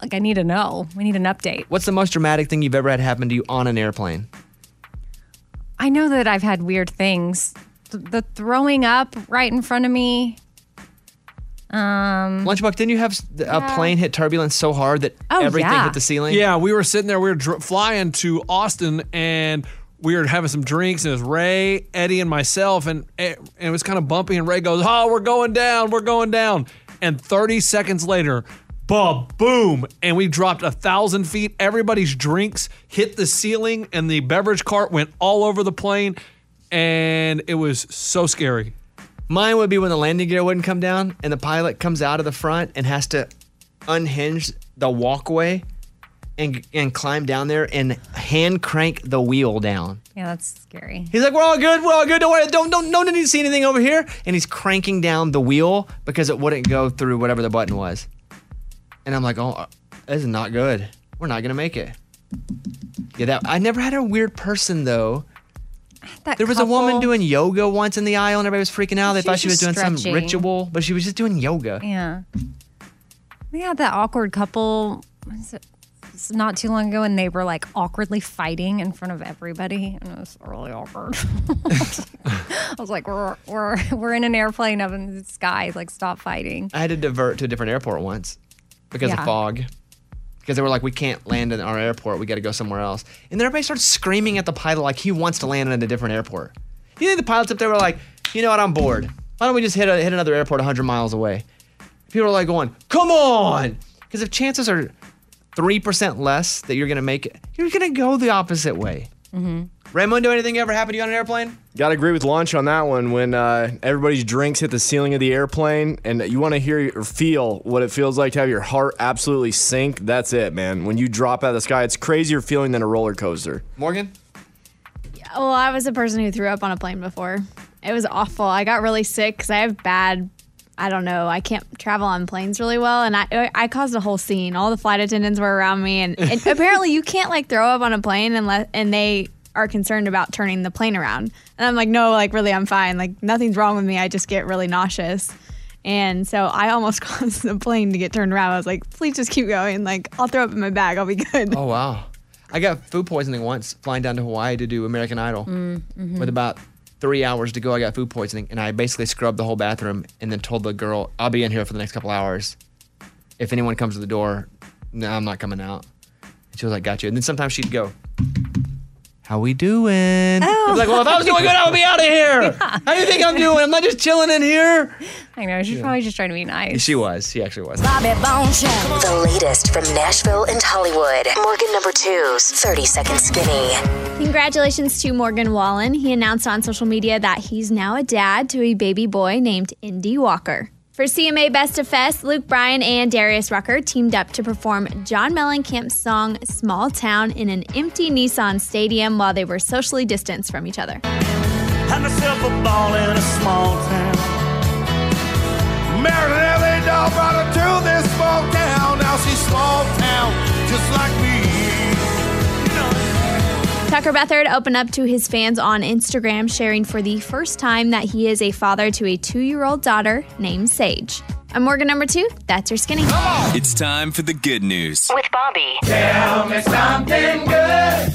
Speaker 4: Like, I need to know. We need an update.
Speaker 3: What's the most dramatic thing you've ever had happen to you on an airplane?
Speaker 4: I know that I've had weird things. Th- the throwing up right in front of me. Um.
Speaker 3: Lunchbox, didn't you have s- a
Speaker 4: Yeah.
Speaker 3: plane hit turbulence so hard that
Speaker 4: Oh,
Speaker 3: everything
Speaker 4: yeah.
Speaker 3: hit the ceiling?
Speaker 7: Yeah, we were sitting there. We were dr- flying to Austin, and we were having some drinks. And it was Ray, Eddie, and myself, and eh, and it was kind of bumpy. And Ray goes, "Oh, we're going down. We're going down." And 30 seconds later, ba boom, and we dropped a thousand feet. Everybody's drinks hit the ceiling, and the beverage cart went all over the plane, and it was so scary.
Speaker 3: Mine would be when the landing gear wouldn't come down and the pilot comes out of the front and has to unhinge the walkway and and climb down there and hand crank the wheel down.
Speaker 4: Yeah, that's scary.
Speaker 3: He's like, "We're all good. We're all good. Don't worry. Don't don't don't need to see anything over here." And he's cranking down the wheel because it wouldn't go through whatever the button was. And I'm like, "Oh, this is not good. We're not gonna make it." Yeah, that I never had a weird person though
Speaker 4: That
Speaker 3: there was a woman
Speaker 4: couple-
Speaker 3: doing yoga once in the aisle, and everybody was freaking out. They
Speaker 4: She
Speaker 3: thought
Speaker 4: was
Speaker 3: she was doing
Speaker 4: just
Speaker 3: some
Speaker 4: stretching.
Speaker 3: ritual, but she was just doing yoga.
Speaker 4: Yeah. We had that awkward couple was it- it's not too long ago, and they were like awkwardly fighting in front of everybody, and it was really awkward. I was like, we're, we're, we're in an airplane up in the sky. Like, stop fighting.
Speaker 3: I had to divert to a different airport once because
Speaker 4: Yeah.
Speaker 3: of fog. Because they were like, we can't land in our airport. We got to go somewhere else. And then everybody starts screaming at the pilot like he wants to land in a different airport. You think the pilots up there were like, you know what? I'm bored. Why don't we just hit, a, hit another airport 100 miles away? People are like going, come on. Because if chances are 3% less that you're going to make it, you're going to go the opposite way.
Speaker 12: Mm-hmm.
Speaker 3: Raymundo, anything ever happen to you on an airplane?
Speaker 1: Got to agree with Lunch on that one. When uh, everybody's drinks hit the ceiling of the airplane, and you want to hear or feel what it feels like to have your heart absolutely sink, that's it, man. When you drop out of the sky, it's crazier feeling than a roller coaster.
Speaker 3: Morgan?
Speaker 13: Well, I was a person who threw up on a plane before. It was awful. I got really sick because I have bad. I don't know. I can't travel on planes really well, and I I caused a whole scene. All the flight attendants were around me, and, and apparently you can't like throw up on a plane unless and they are concerned about turning the plane around. And I'm like, no, like really, I'm fine. Like nothing's wrong with me. I just get really nauseous, and so I almost caused the plane to get turned around. I was like, please just keep going. Like I'll throw up in my bag. I'll be good.
Speaker 3: Oh, wow. I got food poisoning once flying down to Hawaii to do American Idol. With about three hours to go, I got food poisoning, and I basically scrubbed the whole bathroom and then told the girl, I'll be in here for the next couple hours. If anyone comes to the door, no, I'm not coming out. And she was like, Got you. And then sometimes she'd go, How we doing? I was like, Well, if I was doing good, I would be out of here. How do you think I'm doing? I'm not just chilling in here.
Speaker 4: I know. She's
Speaker 3: Yeah.
Speaker 4: probably just trying to be nice.
Speaker 3: She was. She actually was.
Speaker 2: Bobby Bones Show. The latest from Nashville and Hollywood. Morgan number two's 30 Second Skinny.
Speaker 13: Congratulations to Morgan Wallen. He announced on social media that he's now a dad to a baby boy named Indy Walker. For CMA Best of Fest, Luke Bryan and Darius Rucker teamed up to perform John Mellencamp's song Small Town in an empty Nissan stadium while they were socially distanced from each other.
Speaker 8: Had myself a ball in a small town. Married an LA doll, brought her to this small town. Now she's small town, just like me.
Speaker 13: Tucker Bethard opened up to his fans on Instagram, sharing for the first time that he is a father to a two year old daughter named Sage. I'm Morgan number two. That's your skinny.
Speaker 14: It's time for the good news.
Speaker 2: With Bobby.
Speaker 8: Tell me something good.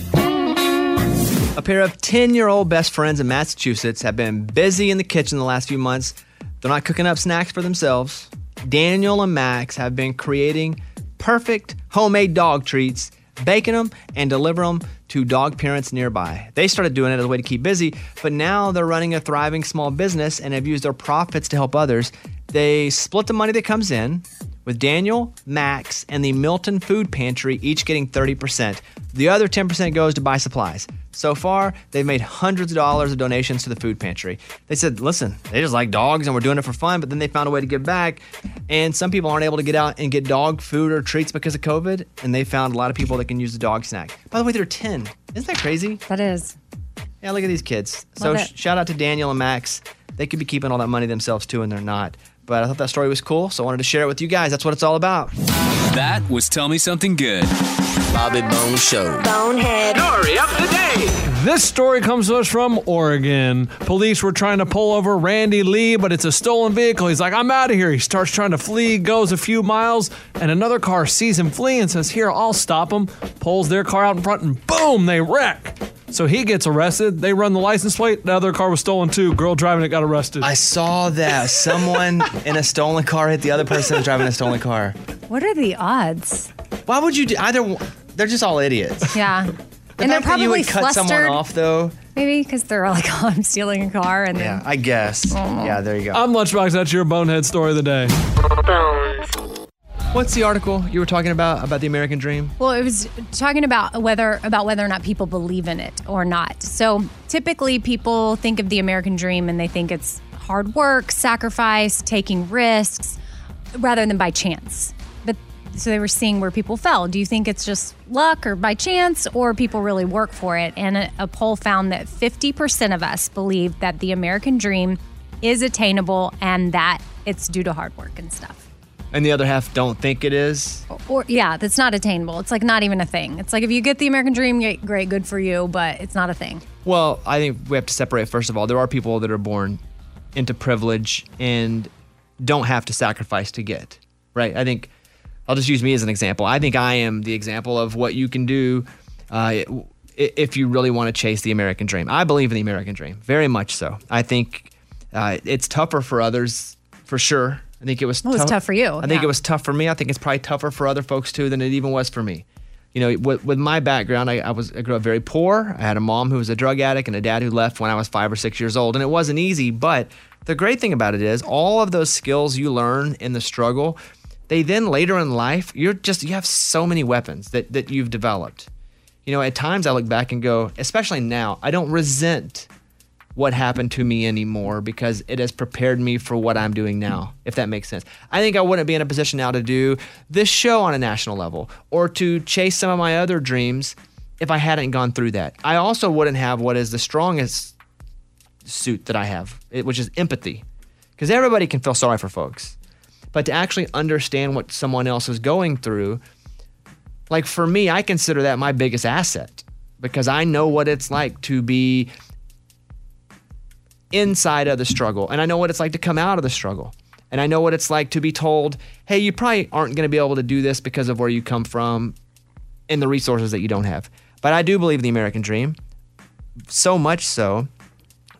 Speaker 3: A pair of 10 year old best friends in Massachusetts have been busy in the kitchen the last few months. They're not cooking up snacks for themselves. Daniel and Max have been creating perfect homemade dog treats, baking them, and deliver them to dog parents nearby. They started doing it as a way to keep busy, but now they're running a thriving small business and have used their profits to help others. They split the money that comes in with Daniel, Max, and the Milton Food Pantry each getting 30%. The other 10% goes to buy supplies. So far, they've made hundreds of dollars of donations to the food pantry. They said, listen, they just like dogs and we're doing it for fun, but then they found a way to give back. And some people aren't able to get out and get dog food or treats because of COVID, and they found a lot of people that can use the dog snack. By the way, they're 10. Isn't that crazy?
Speaker 4: That is.
Speaker 3: Yeah, look at these kids.
Speaker 4: Love
Speaker 3: so
Speaker 4: it.
Speaker 3: sh- shout out to Daniel and Max. They could be keeping all that money themselves too, and they're not. But I thought that story was cool, so I wanted to share it with you guys. That's what it's all about.
Speaker 14: That was Tell Me Something Good. Bobby Bone Show.
Speaker 2: Bonehead.
Speaker 14: Story of the day.
Speaker 7: This story comes to us from Oregon. Police were trying to pull over Randy Lee, but it's a stolen vehicle. He's like, I'm out of here. He starts trying to flee, goes a few miles, and another car sees him flee and says, Here, I'll stop him. Pulls their car out in front, and boom, they wreck. So he gets arrested. They run the license plate. The other car was stolen too. Girl driving it got arrested.
Speaker 3: I saw that someone in a stolen car hit the other person that's driving a stolen car.
Speaker 4: What are the odds?
Speaker 3: Why would you do either? one- They're just all idiots.
Speaker 4: Yeah.
Speaker 3: The
Speaker 4: and they're
Speaker 3: fact that
Speaker 4: probably
Speaker 3: you would cut someone
Speaker 4: flustered,
Speaker 3: off though.
Speaker 4: maybe because they're like, oh, I'm stealing a car, and
Speaker 3: Yeah, I guess.
Speaker 4: Oh.
Speaker 3: Yeah, there you go.
Speaker 7: I'm Lunchbox. That's your bonehead story of the day.
Speaker 3: What's the article you were talking about about the American dream?
Speaker 4: Well, it was talking about whether about whether or not people believe in it or not. So typically, people think of the American dream and they think it's hard work, sacrifice, taking risks, rather than by chance. But so they were seeing where people fell. Do you think it's just luck or by chance, or people really work for it? And a, a poll found that 50% of us believe that the American dream is attainable and that it's due to hard work and stuff.
Speaker 3: And the other half don't think it is.
Speaker 4: Or yeah, that's not attainable. It's like not even a thing. It's like if you get the American dream, y- great, good for you, but it's not a thing.
Speaker 3: Well, I think we have to separate, first of all, there are people that are born into privilege and don't have to sacrifice to get, right? I think I'll just use me as an example. I think I am the example of what you can do uh, i- if you really want to chase the American dream. I believe in the American dream, very much so. I think uh, it's tougher for others, for sure. I think it was,
Speaker 4: It was
Speaker 3: tou-
Speaker 4: tough for you,
Speaker 3: I think
Speaker 4: yeah.
Speaker 3: it was tough for me. I think it's probably tougher for other folks too than it even was for me you know, with, with my background, I, I was I grew up very poor. I had a mom who was a drug addict and a dad who left when I was five or six years old, and it wasn't easy. But the great thing about it is, all of those skills you learn in the struggle, they then later in life, you're just you have so many weapons that that you've developed. You know, at times I look back and go, especially now, I don't resent what happened to me anymore because it has prepared me for what I'm doing now, if that makes sense. I think I wouldn't be in a position now to do this show on a national level or to chase some of my other dreams if I hadn't gone through that. I also wouldn't have what is the strongest suit that I have, it- which is empathy, because everybody can feel sorry for folks. But to actually understand what someone else is going through, like for me, I consider that my biggest asset because I know what it's like to be inside of the struggle and I know what it's like to come out of the struggle. And I know what it's like to be told, hey, you probably aren't going to be able to do this because of where you come from and the resources that you don't have. But I do believe in the American dream so much so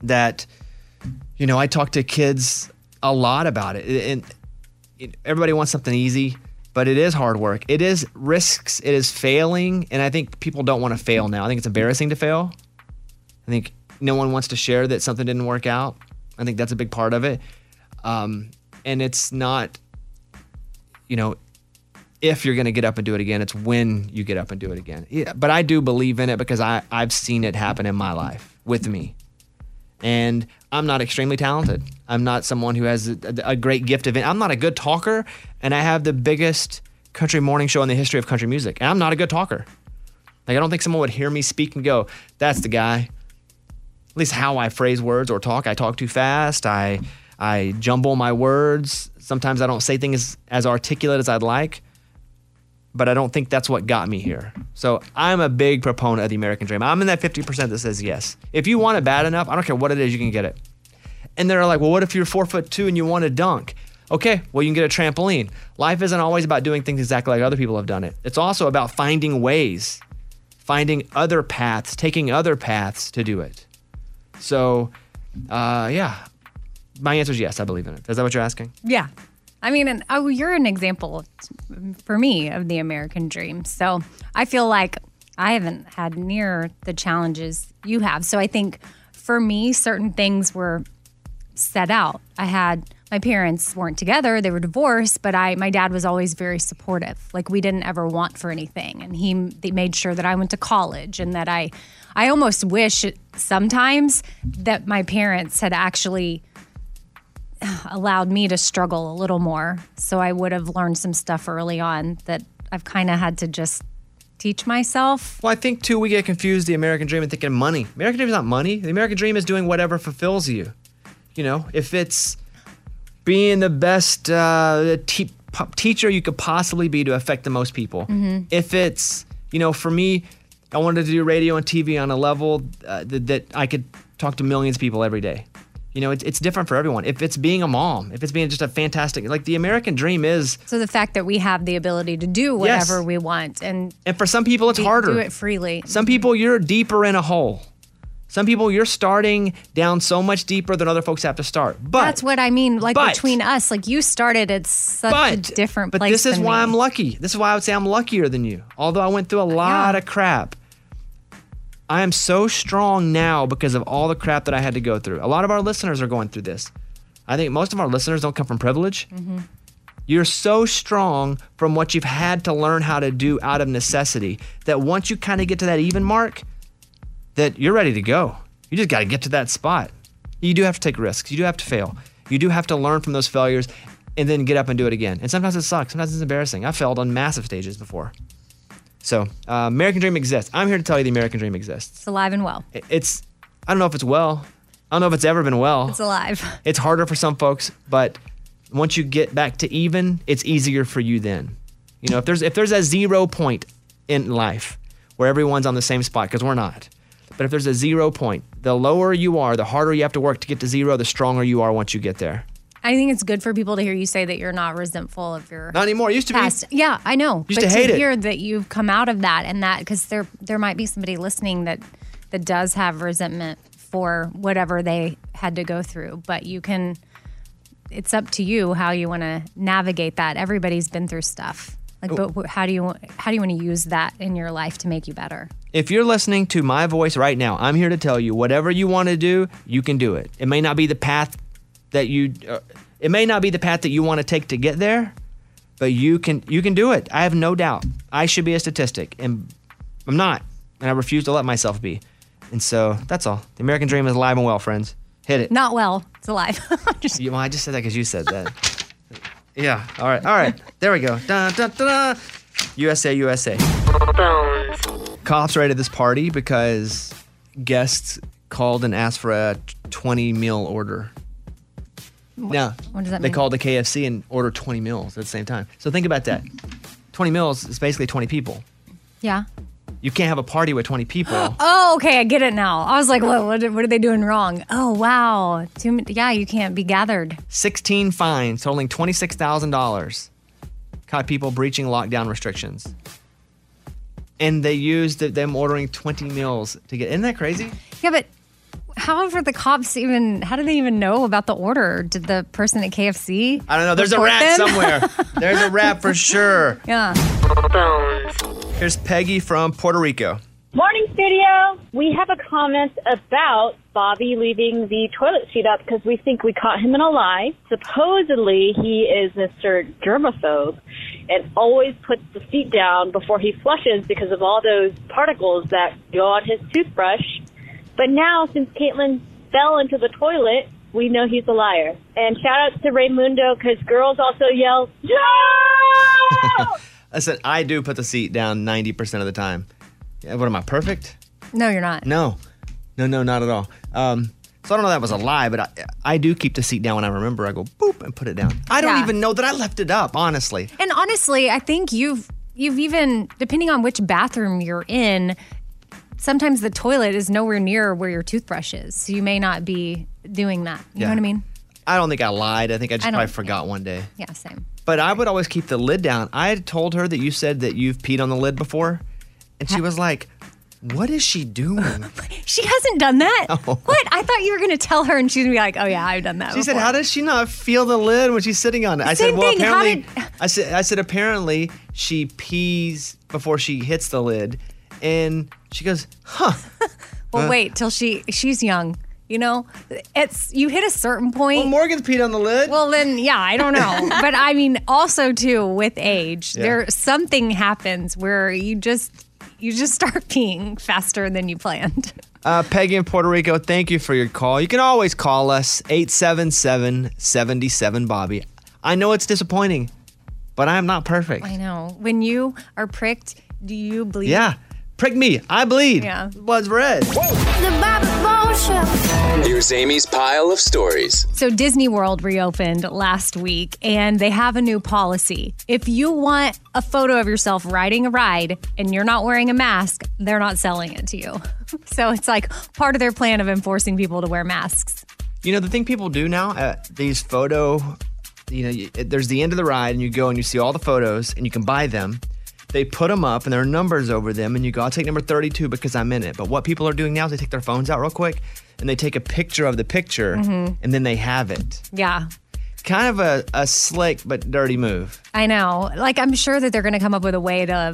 Speaker 3: that, you know, I talk to kids a lot about it. And it- everybody wants something easy, but it is hard work. It is risks. It is failing. And I think people don't want to fail now. I think it's embarrassing to fail. I think no one wants to share that something didn't work out. I think that's a big part of it. Um, and it's not, you know, if you're going to get up and do it again, it's when you get up and do it again. Yeah, but I do believe in it because I, I've seen it happen in my life with me. And I'm not extremely talented. I'm not someone who has a, a great gift of it. I'm not a good talker, and I have the biggest country morning show in the history of country music. And I'm not a good talker. Like I don't think someone would hear me speak and go, "That's the guy." At least how I phrase words or talk, I talk too fast. I I jumble my words. Sometimes I don't say things as articulate as I'd like. But I don't think that's what got me here. So I'm a big proponent of the American dream. I'm in that 50% that says yes. If you want it bad enough, I don't care what it is, you can get it. And they're like, well, what if you're four foot two and you want to dunk? Okay, well, you can get a trampoline. Life isn't always about doing things exactly like other people have done it. It's also about finding ways, finding other paths, taking other paths to do it. So, uh, yeah, my answer is yes. I believe in it. Is that what you're asking?
Speaker 4: Yeah. I mean, and, oh, you're an example for me of the American dream. So I feel like I haven't had near the challenges you have. So I think for me, certain things were set out. I had my parents weren't together; they were divorced. But I, my dad was always very supportive. Like we didn't ever want for anything, and he m- they made sure that I went to college and that I, I almost wish sometimes that my parents had actually allowed me to struggle a little more. So I would have learned some stuff early on that I've kind of had to just teach myself.
Speaker 3: Well, I think too we get confused the American dream and thinking money. American dream is not money. The American dream is doing whatever fulfills you. You know, if it's being the best uh, te- po- teacher you could possibly be to affect the most people.
Speaker 12: Mhm.
Speaker 3: If it's you know, for me, I wanted to do radio and TV on a level uh, that, that I could talk to millions of people every day. You know, it's, it's different for everyone. If it's being a mom, if it's being just a fantastic, like the American dream is
Speaker 4: So the fact that we have the ability to do
Speaker 3: Yes.
Speaker 4: whatever we want and
Speaker 3: And for some people, it's
Speaker 4: do,
Speaker 3: harder.
Speaker 4: do it freely.
Speaker 3: Some people, you're deeper in a hole. Some people, you're starting down so much deeper than other folks have to start. But
Speaker 4: That's what I mean. Like
Speaker 3: but-
Speaker 4: between us, like you started at such a different
Speaker 3: but
Speaker 4: place.
Speaker 3: this is
Speaker 4: than
Speaker 3: why
Speaker 4: me.
Speaker 3: I'm lucky. This is why I would say I'm luckier than you. Although I went through a lot of crap. I am so strong now because of all the crap that I had to go through. A lot of our listeners are going through this. I think most of our listeners don't come from privilege.
Speaker 4: Mm-hmm.
Speaker 3: You're so strong from what you've had to learn how to do out of necessity that once you kind of get to that even mark, that you're ready to go. You just got to get to that spot. You do have to take risks. You do have to fail. You do have to learn from those failures and then get up and do it again. And sometimes it sucks. Sometimes it's embarrassing. I failed on massive stages before. So, uh, American Dream exists. I'm here to tell you the American Dream exists.
Speaker 4: It's alive and well.
Speaker 3: I- It's, I don't know if it's well. I don't know if it's ever been well.
Speaker 4: It's alive.
Speaker 3: It's harder for some folks, but once you get back to even, it's easier for you then. You know, if there's if there's a zero point in life where everyone's on the same spot, because we're not. But if there's a zero point, the lower you are, the harder you have to work to get to zero, the stronger you are once you get there.
Speaker 4: I think it's good for people to hear you say that you're not resentful of your
Speaker 3: Not anymore. It used to be.
Speaker 4: past. Yeah, I know.
Speaker 3: Used
Speaker 4: but
Speaker 3: to hate it.
Speaker 4: hear that you've come out of that and that because there there might be somebody listening that that does have resentment for whatever they had to go through, but you can. It's up to you how you want to navigate that. Everybody's been through stuff. Like,
Speaker 3: Oh.
Speaker 4: but wh- how do you want- how do you want to use that in your life to make you better?
Speaker 3: If you're listening to my voice right now, I'm here to tell you whatever you want to do, you can do it. It may not be the path that you uh, it may not be the path that you want to take to get there, but you can you can do it. I have no doubt. I should be a statistic and I'm not, and I refuse to let myself be. And so that's all. The American dream is alive and well, friends. Hit it.
Speaker 4: Not well. It's alive.
Speaker 3: You- well, I just said that because you said that. yeah. All right. All right. There we go. Da, da, da, da. USA, USA. Cops raided this party because guests called and asked for a 20 meal order. Now,
Speaker 4: what does that
Speaker 3: they
Speaker 4: mean?
Speaker 3: called the KFC and ordered 20 meals at the same time. So think about that. 20 meals is basically 20 people.
Speaker 4: yeah.
Speaker 3: You can't have a party with 20 people.
Speaker 4: Oh, okay. I get it now. I was like, what, what, are- what are they doing wrong? Oh, wow. Too, m- yeah, you can't be gathered.
Speaker 3: 16 fines totaling $26,000 caught people breaching lockdown restrictions. And they used th- them ordering 20 meals to get. Isn't that crazy?
Speaker 4: Yeah, but however, the cops even, how do they even know about the order? Did the person at KFC?
Speaker 3: I don't know. There's a
Speaker 4: report
Speaker 3: rat
Speaker 4: them?
Speaker 3: somewhere. There's a rat for sure.
Speaker 4: yeah.
Speaker 3: Here's Peggy from Puerto Rico.
Speaker 15: Morning, studio. We have a comment about Bobby leaving the toilet seat up because we think we caught him in a lie. Supposedly, he is Mr. Germaphobe and always puts the seat down before he flushes because of all those particles that go on his toothbrush. But now, since Caitlin fell into the toilet, we know he's a liar. And shout out to Raymundo because girls also yell, "Yeah!"
Speaker 3: Listen, I do put the seat down 90% of the time. Yeah, What am I, perfect?
Speaker 4: No, you're not.
Speaker 3: No, no, no, not at all. Um, so I don't know if that was a lie, but I, I do keep the seat down when I remember. I go boop and put it down. I don't
Speaker 4: Yeah.
Speaker 3: even know that I left it up, honestly.
Speaker 4: And honestly, I think you've, you've even, depending on which bathroom you're in, sometimes the toilet is nowhere near where your toothbrush is. So you may not be doing that. You
Speaker 3: Yeah.
Speaker 4: know what I mean?
Speaker 3: I don't think I lied. I think I just
Speaker 4: I don't-
Speaker 3: probably forgot one day.
Speaker 4: Yeah, same.
Speaker 3: But I would always keep the lid down. I had told her that you said that you've peed on the lid before, and she was like, "What is she doing?"
Speaker 4: She hasn't done that.
Speaker 3: Oh.
Speaker 4: What? I thought you were going to tell her and she's going to be like, oh, yeah, I've done that.
Speaker 3: She said,
Speaker 4: before."
Speaker 3: "How does she not feel the lid when she's sitting on it?" I said,
Speaker 4: Same
Speaker 3: "Well,
Speaker 4: thing, how
Speaker 3: apparently." I said, "I said apparently she pees before she hits the lid," and she goes, "Huh."
Speaker 4: Well,
Speaker 3: Uh,
Speaker 4: wait till she she's young. You know, it's you hit a certain point. Well,
Speaker 3: Morgan's peed on the lid.
Speaker 4: Well, then, yeah, I don't know, but I mean, also too with age,
Speaker 3: Yeah.
Speaker 4: there something happens where you just you just start peeing faster than you planned.
Speaker 3: Uh, Peggy in Puerto Rico, thank you for your call. You can always call us 877 77 Bobby. I know it's disappointing, but I am not perfect.
Speaker 4: I know. When you are pricked, do you bleed?
Speaker 3: Yeah. Prick me. I bleed.
Speaker 4: Yeah.
Speaker 3: Blood's red.
Speaker 14: Here's Amy's pile of stories.
Speaker 4: So, Disney World reopened last week and they have a new policy. If you want a photo of yourself riding a ride and you're not wearing a mask, they're not selling it to you. So, it's like part of their plan of enforcing people to wear masks.
Speaker 3: You know, the thing people do now, uh, these photo, you know, you, there's the end of the ride, and you go and you see all the photos, and you can buy them. They put them up, and there are numbers over them, and you go, I'll take number 32 because I'm in it. But what people are doing now is they take their phones out real quick, and they take a picture of the picture,
Speaker 4: Mhm.
Speaker 3: and then they have it.
Speaker 4: Yeah,
Speaker 3: Kind of a, a slick but dirty move.
Speaker 4: I know. Like, I'm sure that they're going to come up with a way to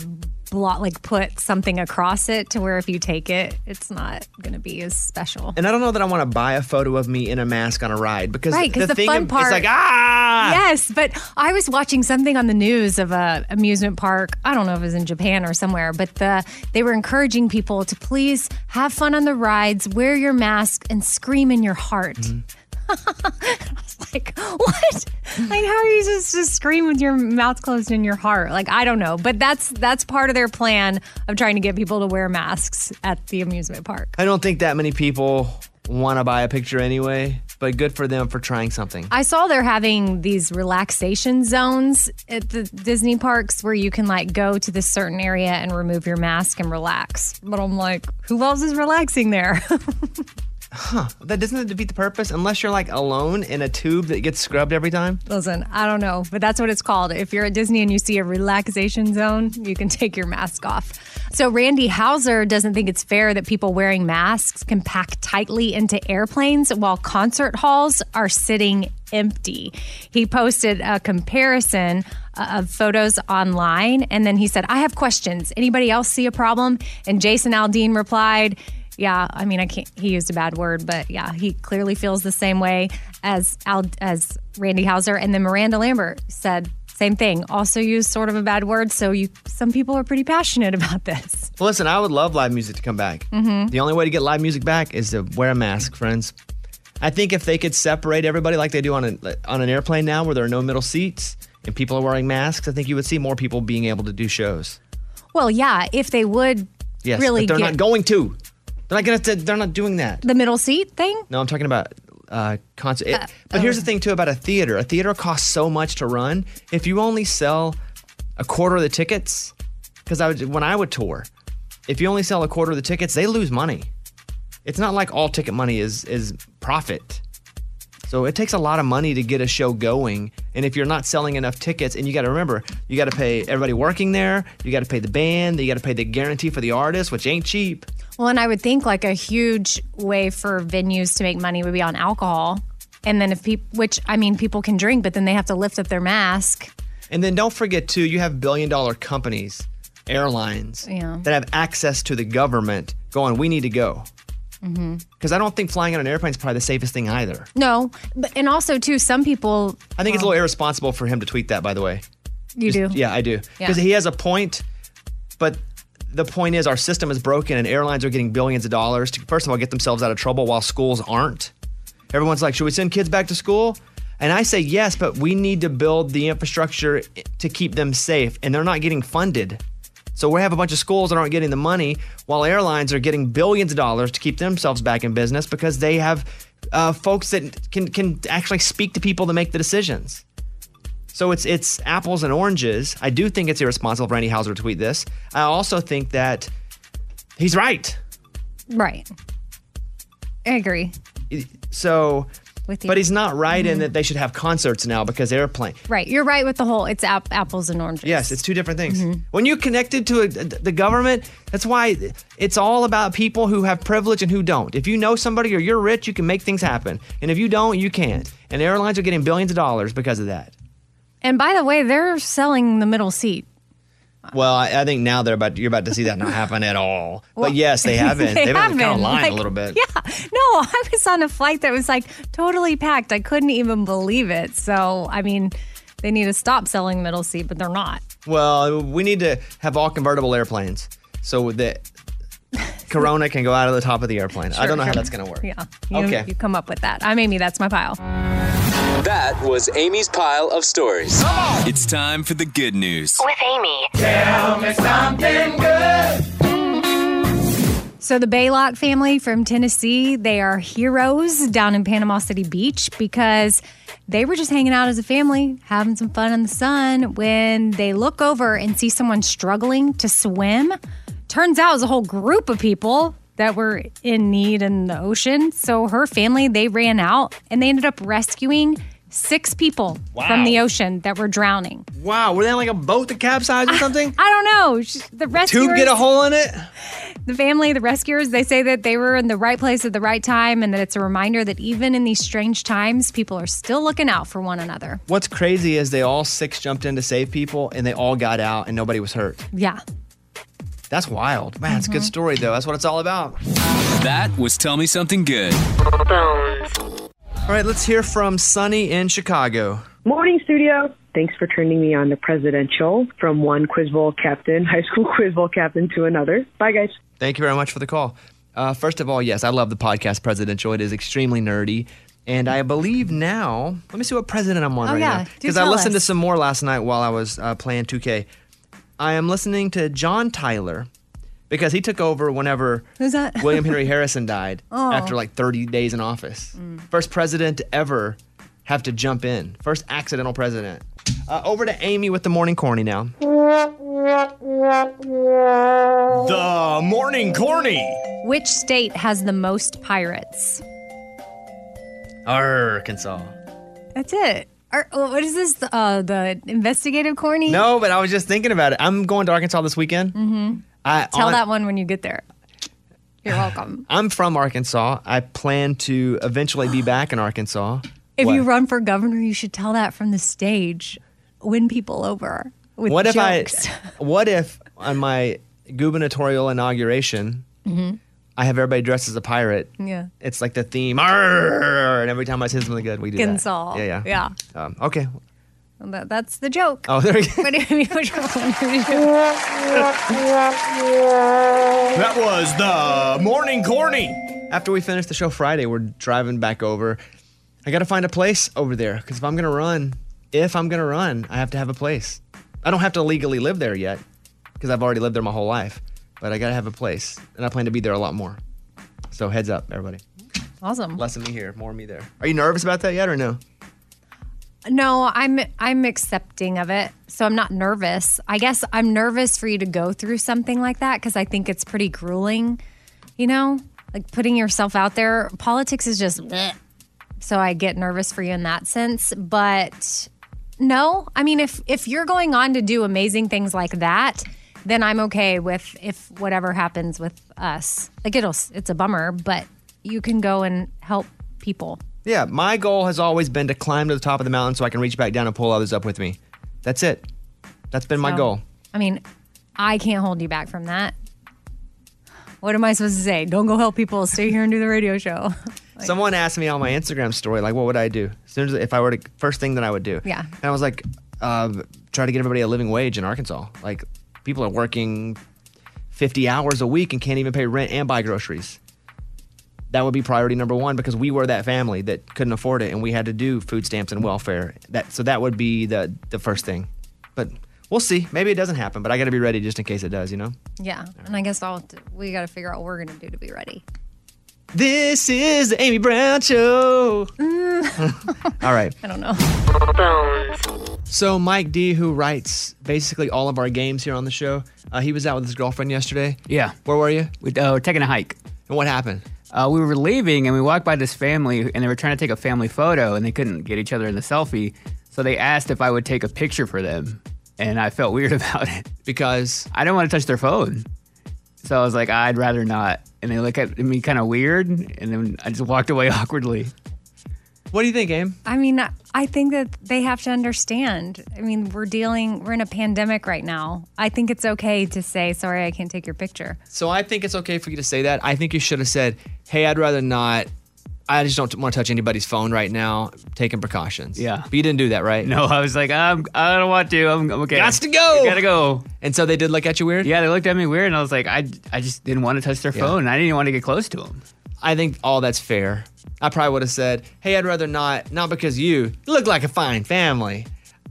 Speaker 4: block, like, put something across it to where if you take it, it's not going to be as special.
Speaker 3: And I don't know that I want to buy a photo of me in a mask on a ride because
Speaker 4: Right, 'cause
Speaker 3: the,
Speaker 4: the
Speaker 3: thing
Speaker 4: fun
Speaker 3: is
Speaker 4: part-
Speaker 3: like, ah!
Speaker 4: Yes, but I was watching something on the news of a amusement park. I don't know if it was in Japan or somewhere, but the they were encouraging people to please have fun on the rides, wear your mask, and scream in your heart. I was like, what? Like, how are you just to scream with your mouth closed in your heart? Like, I don't know, but that's that's part of their plan of trying to get people to wear masks at the amusement park.
Speaker 3: I don't think that many people want to buy a picture anyway. but good for them for trying something.
Speaker 4: I saw they're having these relaxation zones at the Disney parks where you can like go to this certain area and remove your mask and relax. But I'm like, who else is relaxing there?
Speaker 3: Huh. That doesn't it defeat the purpose unless you're like alone in a tube that gets scrubbed every time.
Speaker 4: Listen, I don't know, but that's what it's called. If you're at Disney and you see a relaxation zone, you can take your mask off. So, Randy Hauser doesn't think it's fair that people wearing masks can pack tightly into airplanes while concert halls are sitting empty. He posted a comparison uh, of photos online and then he said, I have questions. Anybody else see a problem? And Jason Aldean replied, yeah, I mean, I can't. He used a bad word, but yeah, he clearly feels the same way as Al, as Randy Hauser, and then Miranda Lambert said same thing. Also used sort of a bad word, so you some people are pretty passionate about this.
Speaker 3: Well, listen, I would love live music to come back.
Speaker 4: Mhm.
Speaker 3: The only way to get live music back is to wear a mask, friends. I think if they could separate everybody like they do on an on an airplane now, where there are no middle seats and people are wearing masks, I think you would see more people being able to do shows.
Speaker 4: Well, yeah, if they would
Speaker 3: Yes,
Speaker 4: really
Speaker 3: but they're
Speaker 4: get
Speaker 3: not going to. They're not gonna. They're not doing that.
Speaker 4: the middle seat thing.
Speaker 3: No, I'm talking about uh, concert. It- but here's the thing too about a theater. A theater costs so much to run. If you only sell a quarter of the tickets, because I would when I would tour, if you only sell a quarter of the tickets, they lose money. It's not like all ticket money is is profit. So it takes a lot of money to get a show going. And if you're not selling enough tickets, and you got to remember, you got to pay everybody working there, you got to pay the band, you got to pay the guarantee for the artist, which ain't cheap.
Speaker 4: Well, and I would think like a huge way for venues to make money would be on alcohol, and then if people, which I mean, people can drink, but then they have to lift up their mask.
Speaker 3: And then don't forget too, you have billion dollar companies, airlines
Speaker 4: Yeah.
Speaker 3: that have access to the government going, we need to go.
Speaker 4: Mm-hmm.
Speaker 3: Because I don't think flying on an airplane is probably the safest thing either.
Speaker 4: No, but and also too, some people.
Speaker 3: I think it's a little irresponsible for him to tweet that, by the way.
Speaker 4: You do.
Speaker 3: Yeah, I do.
Speaker 4: Yeah.
Speaker 3: Because he has a point, but the point is our system is broken and airlines are getting billions of dollars to, first of all, get themselves out of trouble while schools aren't. Everyone's like, should we send kids back to school? And I say yes, but we need to build the infrastructure to keep them safe, and they're not getting funded. So we have a bunch of schools that aren't getting the money, while airlines are getting billions of dollars to keep themselves back in business because they have uh, folks that can can actually speak to people to make the decisions. So it's it's apples and oranges. I do think it's irresponsible of Randy Hauser to tweet this. I also think that he's right.
Speaker 4: Right. I agree
Speaker 3: So,
Speaker 4: with you.
Speaker 3: but he's not right in
Speaker 4: Mhm.
Speaker 3: that they should have concerts now because airplane.
Speaker 4: Right. You're right with the whole it's ap- apples and oranges.
Speaker 3: Yes, it's two different things. When you're connected to a, the government, that's why it's all about people who have privilege and who don't. If you know somebody or you're rich, you can make things happen, and if you don't, you can't. And airlines are getting billions of dollars because of that.
Speaker 4: And by the way, they're selling the middle seat.
Speaker 3: Well, I, I think now they're about you're about to see that not happen at all.
Speaker 4: Well,
Speaker 3: but yes, they have been.
Speaker 4: they
Speaker 3: They've been kind
Speaker 4: haven't.
Speaker 3: of lying
Speaker 4: Like,
Speaker 3: a little bit.
Speaker 4: Yeah. No, I was on a flight that was like totally packed. I couldn't even believe it. So, I mean, they need to stop selling middle seat, but they're not.
Speaker 3: Well, we need to have all convertible airplanes so that Corona can go out of the top of the airplane. I
Speaker 4: Sure,
Speaker 3: don't know how
Speaker 4: sure.
Speaker 3: that's going to work.
Speaker 4: Yeah. You,
Speaker 3: Okay.
Speaker 4: You come up with that. I'm Amy. That's my pile.
Speaker 14: That was Amy's pile of stories. It's time for the good news.
Speaker 2: With Amy.
Speaker 12: Tell me something good.
Speaker 4: So the Baylock family from Tennessee, they are heroes down in Panama City Beach because they were just hanging out as a family, having some fun in the sun when they look over and see someone struggling to swim. Turns out it was a whole group of people that were in need in the ocean. So her family, they ran out and they ended up rescuing six people
Speaker 3: Wow.
Speaker 4: from the ocean that were drowning.
Speaker 3: Wow, were they on like a boat that capsized or something?
Speaker 4: I don't know. Sh- The rescuers
Speaker 3: Tube get a hole in it?
Speaker 4: the family, the rescuers, they say that they were in the right place at the right time and that it's a reminder that even in these strange times, people are still looking out for one another.
Speaker 3: What's crazy is they all six jumped in to save people and they all got out and nobody was hurt.
Speaker 4: Yeah.
Speaker 3: That's wild. Man, it's
Speaker 4: Mm-hmm.
Speaker 3: a good story though. That's what it's all about.
Speaker 14: That was Tell Me Something Good.
Speaker 3: All right, let's hear from Sunny in Chicago.
Speaker 16: Morning, studio. Thanks for turning me on the presidential from one quiz bowl captain, high school quiz bowl captain to another. Bye, guys.
Speaker 3: Thank you very much for the call. Uh, first of all, yes, I love the podcast Presidential. It is extremely nerdy. And I believe now, let me see what president I'm on
Speaker 12: Oh,
Speaker 3: right
Speaker 12: yeah.
Speaker 3: now.
Speaker 12: Do
Speaker 3: Because I
Speaker 12: tell
Speaker 3: listened to
Speaker 12: us.
Speaker 3: some more last night while I was uh, playing 2K. I am listening to John Tyler, because he took over whenever
Speaker 4: Who's that?
Speaker 3: William Henry Harrison died
Speaker 4: Oh.
Speaker 3: after like 30 days in office.
Speaker 4: Mm.
Speaker 3: First president to ever have to jump in. First accidental president. Uh, over to Amy with the morning corny now.
Speaker 1: The morning corny.
Speaker 4: Which state has the most pirates?
Speaker 3: Arkansas.
Speaker 4: That's it. Or, oh, what is this? Uh, the investigative corny?
Speaker 3: No, but I was just thinking about it. I'm going to Arkansas this weekend.
Speaker 4: Mm-hmm.
Speaker 3: I,
Speaker 4: Tell
Speaker 3: on-
Speaker 4: that one when you get there. You're welcome.
Speaker 3: I'm from Arkansas. I plan to eventually be back in Arkansas.
Speaker 4: If
Speaker 3: What?
Speaker 4: you run for governor, you should tell that from the stage. Win people over with
Speaker 3: what
Speaker 4: jokes.
Speaker 3: if I? What if on my gubernatorial inauguration,
Speaker 4: mm-hmm.
Speaker 3: I have everybody dressed as a pirate?
Speaker 4: Yeah.
Speaker 3: It's like the theme, "Arr!" and every time I say something good, we do that.
Speaker 4: Arkansas.
Speaker 3: Yeah, yeah,
Speaker 4: Yeah.
Speaker 3: Um, okay.
Speaker 4: Well, that- that's the joke.
Speaker 3: Oh, there you go.
Speaker 4: What do you which one do you do?
Speaker 3: That was the morning corny. After we finish the show Friday, we're driving back over. I got to find a place over there because if I'm gonna run, if I'm gonna run, I have to have a place. I don't have to legally live there yet because I've already lived there my whole life, but I gotta have a place, and I plan to be there a lot more. So heads up, everybody.
Speaker 4: Awesome.
Speaker 3: Less of me here, more of me there. Are you nervous about that yet or no?
Speaker 4: No, I'm I'm accepting of it. So I'm not nervous. I guess I'm nervous for you to go through something like that cuz I think it's pretty grueling, you know? Like putting yourself out there. Politics is just bleh. so I get nervous for you in that sense, but no. I mean if if you're going on to do amazing things like that, then I'm okay with if whatever happens with us. Like it'll it's a bummer, but you can go and help people.
Speaker 3: Yeah, my goal has always been to climb to the top of the mountain so I can reach back down and pull others up with me. That's it. That's been my
Speaker 4: So,
Speaker 3: goal.
Speaker 4: Um, I mean, I can't hold you back from that. What am I supposed to say? Don't go help people. Stay here and do the radio show.
Speaker 3: Someone asked me on my Instagram story, like, what would I do? As soon as if I were to first thing that I would do.
Speaker 4: Yeah.
Speaker 3: And I was like, uh, try to get everybody a living wage in Arkansas. Like, people are working 50 hours a week and can't even pay rent and buy groceries. That would be priority number one because we were that family that couldn't afford it and we had to do food stamps and welfare. That so that would be the the first thing. But we'll see. Maybe it doesn't happen, but I got to be ready just in case it does. You know.
Speaker 4: Yeah, and I guess I'll we got to figure out what we're gonna do to be ready.
Speaker 3: This is the Amy Brown Show. All right.
Speaker 4: I don't know.
Speaker 3: So Mike D, who writes basically all of our games here on the show, uh, he was out with his girlfriend yesterday.
Speaker 5: Yeah.
Speaker 3: Where were you?
Speaker 5: We, uh, we're taking a hike.
Speaker 3: And what happened?
Speaker 5: Uh, we were leaving and we walked by this family and they were trying to take a family photo and they couldn't get each other in the selfie. So they asked if I would take a picture for them. And I felt weird about it.
Speaker 3: Because?
Speaker 5: I didn't want to touch their phone. So I was like, I'd rather not. And they looked at me kind of weird. And then I just walked away awkwardly.
Speaker 3: What do you think, Aim?
Speaker 4: I mean, I think that they have to understand. I mean, we're dealing we're in a pandemic right now. I think it's okay to say sorry, I can't take your picture.
Speaker 3: So I think it's okay for you to say that. I think you should have said, "Hey, I'd rather not. I just don't want to touch anybody's phone right now. Taking precautions."
Speaker 5: Yeah.
Speaker 3: But you didn't do that, right?
Speaker 5: No, I was like, I'm, I don't want to. I'm, I'm okay.
Speaker 3: Got to go.
Speaker 5: Gotta go.
Speaker 3: And so they did look at you weird?
Speaker 5: Yeah, they looked at me weird. And I was like, I, I just didn't want to touch their
Speaker 3: Yeah.
Speaker 5: phone. I didn't even want to get close to them.
Speaker 3: I think all that's fair. I probably would have said, "Hey, I'd rather not. Not because you. You look like a fine family.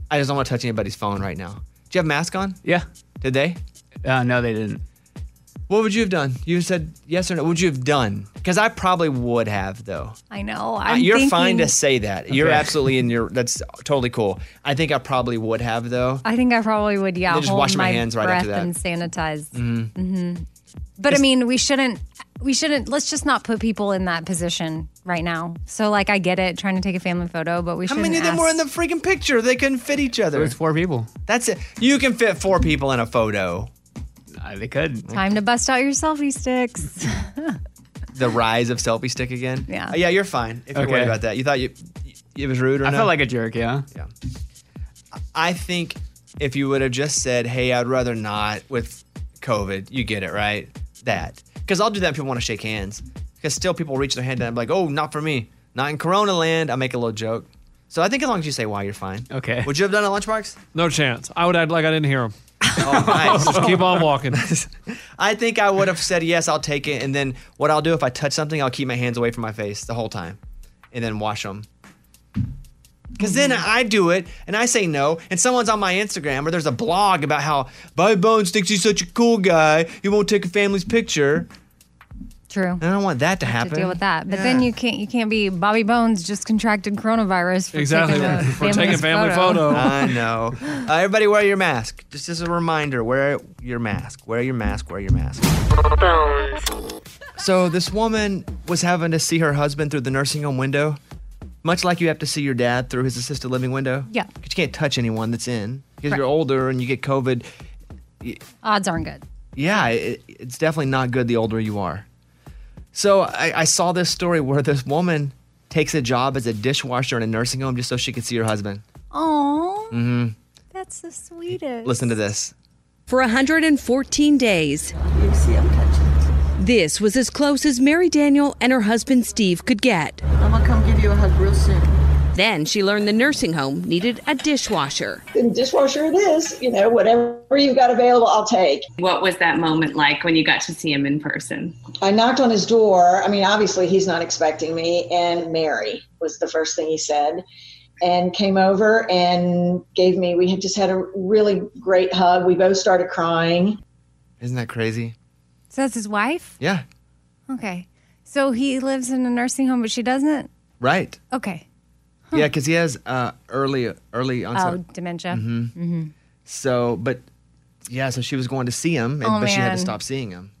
Speaker 3: I just don't want to touch anybody's phone right now." Do you have a mask on?
Speaker 5: Yeah.
Speaker 3: Did they?
Speaker 5: Uh, no, they didn't.
Speaker 3: What would you have done? You said yes or no. What would you have done? Because I probably would have though.
Speaker 4: I know.
Speaker 3: Uh,
Speaker 4: I'm
Speaker 3: you're
Speaker 4: thinking,
Speaker 3: fine to say that. You're
Speaker 5: Okay.
Speaker 3: absolutely in your. That's totally cool. I think I probably would have though.
Speaker 4: I think I probably would. Yeah,
Speaker 3: Then just
Speaker 4: hold
Speaker 3: wash my
Speaker 4: my
Speaker 3: hands right
Speaker 4: breath
Speaker 3: after that.
Speaker 4: and sanitize.
Speaker 3: Mhm.
Speaker 4: hmm But I mean, we shouldn't. We shouldn't. Let's just not put people in that position right now. So, like, I get it, trying to take a family photo, but we
Speaker 3: How
Speaker 4: should.
Speaker 3: many of them were in the freaking picture? They couldn't fit each other.
Speaker 5: There's four people.
Speaker 3: That's it. You can fit four people in a photo.
Speaker 5: Uh, they could.
Speaker 4: Time to bust out your selfie sticks.
Speaker 3: The rise of selfie stick again.
Speaker 4: Yeah.
Speaker 3: Uh, yeah, you're fine. If you're
Speaker 5: Okay.
Speaker 3: worried about that, you thought you, you- it was rude or
Speaker 5: I
Speaker 3: no?
Speaker 5: felt like a jerk. Yeah.
Speaker 3: Yeah. I think if you would have just said, "Hey, I'd rather not," with COVID, you get it right. That because I'll do that. If people want to shake hands because still people reach their hand and I'm like, "Oh, not for me, not in Corona land." I make a little joke. So I think as long as you say why, you're fine.
Speaker 5: Okay.
Speaker 3: Would you have done it at lunchbox?
Speaker 7: No chance. I would act like I didn't hear him.
Speaker 3: Oh, nice.
Speaker 7: Just keep on walking.
Speaker 3: I think I would have said yes. I'll take it. And then what I'll do if I touch something, I'll keep my hands away from my face the whole time, and then wash them. Because then I do it and I say no, and someone's on my Instagram or there's a blog about how Bobby Bones thinks he's such a cool guy, he won't take a family's picture.
Speaker 4: True. And
Speaker 3: I don't want that to
Speaker 4: to
Speaker 3: happen.
Speaker 4: deal with that. But then you can't you can't be Bobby Bones just contracted coronavirus. For Taking a family's photo.
Speaker 3: I know. Uh, everybody wear your mask. Just as a reminder, wear your mask. Wear your mask. Wear your mask. So this woman was having to see her husband through the nursing home window, much like you have to see your dad through his assisted living window.
Speaker 4: Yeah.
Speaker 3: 'Cause you can't touch anyone that's in because
Speaker 4: Right.
Speaker 3: you're older and you get COVID.
Speaker 4: Odds aren't good.
Speaker 3: yeah, it, it's definitely not good the older you are. So I, I saw this story where this woman takes a job as a dishwasher in a nursing home just so she could see her husband.
Speaker 4: Oh,
Speaker 3: hmm
Speaker 4: that's the sweetest.
Speaker 3: Listen to this.
Speaker 17: For 114 days. This was as close as Mary Daniel and her husband Steve could get.
Speaker 18: I'm gonna come give you a hug real soon.
Speaker 17: Then she learned the nursing home needed a dishwasher.
Speaker 18: And dishwasher it is, you know, whatever you've got available, I'll take.
Speaker 19: What was that moment like when you got to see him in person?
Speaker 18: I knocked on his door. I mean, obviously he's not expecting me, and Mary was the first thing he said. And came over and gave me, we had just had a really great hug. We both started crying.
Speaker 3: Isn't that crazy?
Speaker 4: So that's his wife.
Speaker 3: Yeah.
Speaker 4: Okay. So he lives in a nursing home, but she doesn't.
Speaker 3: Right.
Speaker 4: Okay.
Speaker 3: Yeah, because he has uh, early early
Speaker 4: Oh,
Speaker 3: onset.
Speaker 4: dementia.
Speaker 3: Mhm. So, but yeah, so she was going to see him, and,
Speaker 17: Oh,
Speaker 3: but she had
Speaker 17: man.
Speaker 3: to stop seeing him.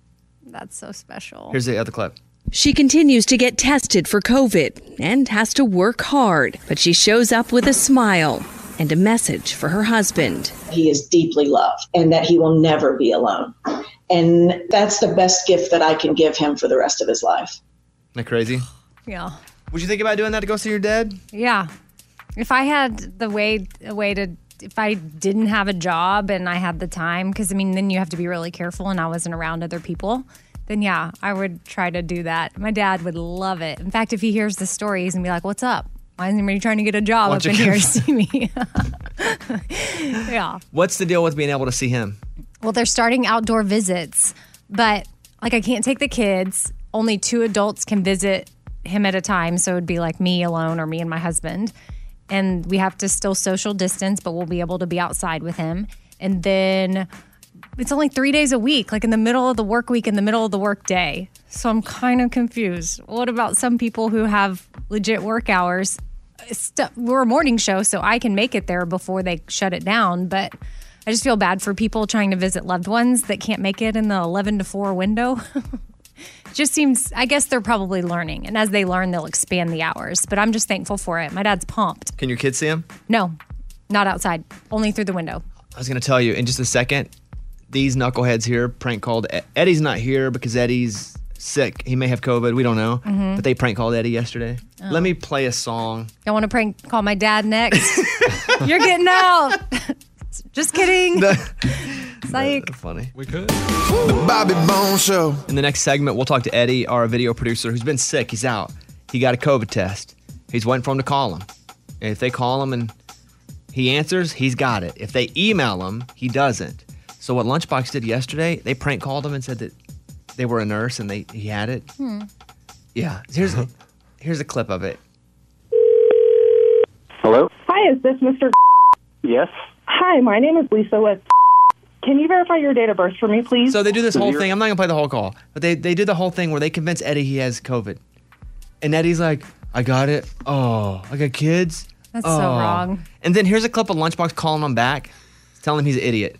Speaker 4: That's so special.
Speaker 3: Here's the other clip.
Speaker 17: She continues to get tested for COVID and has to work hard, but she shows up with a smile and a message for her husband.
Speaker 18: He is deeply loved and that he will never be alone. And that's the best gift that I can give him for the rest of his life.
Speaker 3: Isn't that crazy?
Speaker 4: Yeah.
Speaker 3: Would you think about doing that to go see your dad?
Speaker 4: Yeah. If I had the way a way to if I didn't have a job and I had the time cuz I mean then you have to be really careful and I wasn't around other people, then yeah, I would try to do that. My dad would love it. In fact, if he hears the story, he's going to be like, "What's up? Why isn't anybody trying to get a job
Speaker 3: Why
Speaker 4: up
Speaker 3: don't
Speaker 4: in
Speaker 3: you
Speaker 4: here to
Speaker 3: get-
Speaker 4: see me?" yeah.
Speaker 3: What's the deal with being able to see him?
Speaker 4: Well, they're starting outdoor visits, but like I can't take the kids. Only two adults can visit him at a time. So it'd be like me alone or me and my husband. And we have to still social distance, but we'll be able to be outside with him. And then it's only three days a week, like in the middle of the work week, in the middle of the work day. So I'm kind of confused. What about some people who have legit work hours? Stu- We're a morning show, so I can make it there before they shut it down. But I just feel bad for people trying to visit loved ones that can't make it in the 11 to 4 window. It just seems, I guess they're probably learning. And as they learn, they'll expand the hours. But I'm just thankful for it. My dad's pumped.
Speaker 3: Can your kids see him?
Speaker 4: No, not outside, only through the window.
Speaker 3: I was gonna tell you in just a second. These knuckleheads here prank called E- Eddie's not here because Eddie's sick. He may have COVID. We don't know.
Speaker 17: Mm-hmm.
Speaker 4: Mhm.
Speaker 3: But they prank called Eddie yesterday.
Speaker 4: Oh.
Speaker 3: Let me play a song.
Speaker 4: I want to prank call my dad next. You're getting out. Just kidding. Psych.
Speaker 3: Funny.
Speaker 7: We could.
Speaker 3: The Bobby Bone Show. In the next segment, we'll talk to Eddie, our video producer, who's been sick. He's out. He got a COVID test. He's waiting for him to call him. And if they call him and he answers, he's got it. If they email him, he doesn't. So what Lunchbox did yesterday, they prank called him and said that they were a nurse and they he had it.
Speaker 12: Hmm.
Speaker 3: Yeah. Here's here's a clip of it.
Speaker 20: Hello?
Speaker 21: Hi, is this Mr.
Speaker 20: Yes.
Speaker 21: Hi, my name is Lisa with. Can you verify your date of birth for me, please?
Speaker 3: So they do this whole thing. I'm not gonna play the whole call, but they they did the whole thing where they convince Eddie he has COVID, and Eddie's like, "I got it. Oh, I got kids.
Speaker 4: That's
Speaker 3: Oh."
Speaker 4: so wrong.
Speaker 3: And then here's a clip of Lunchbox calling him back, telling him he's an idiot.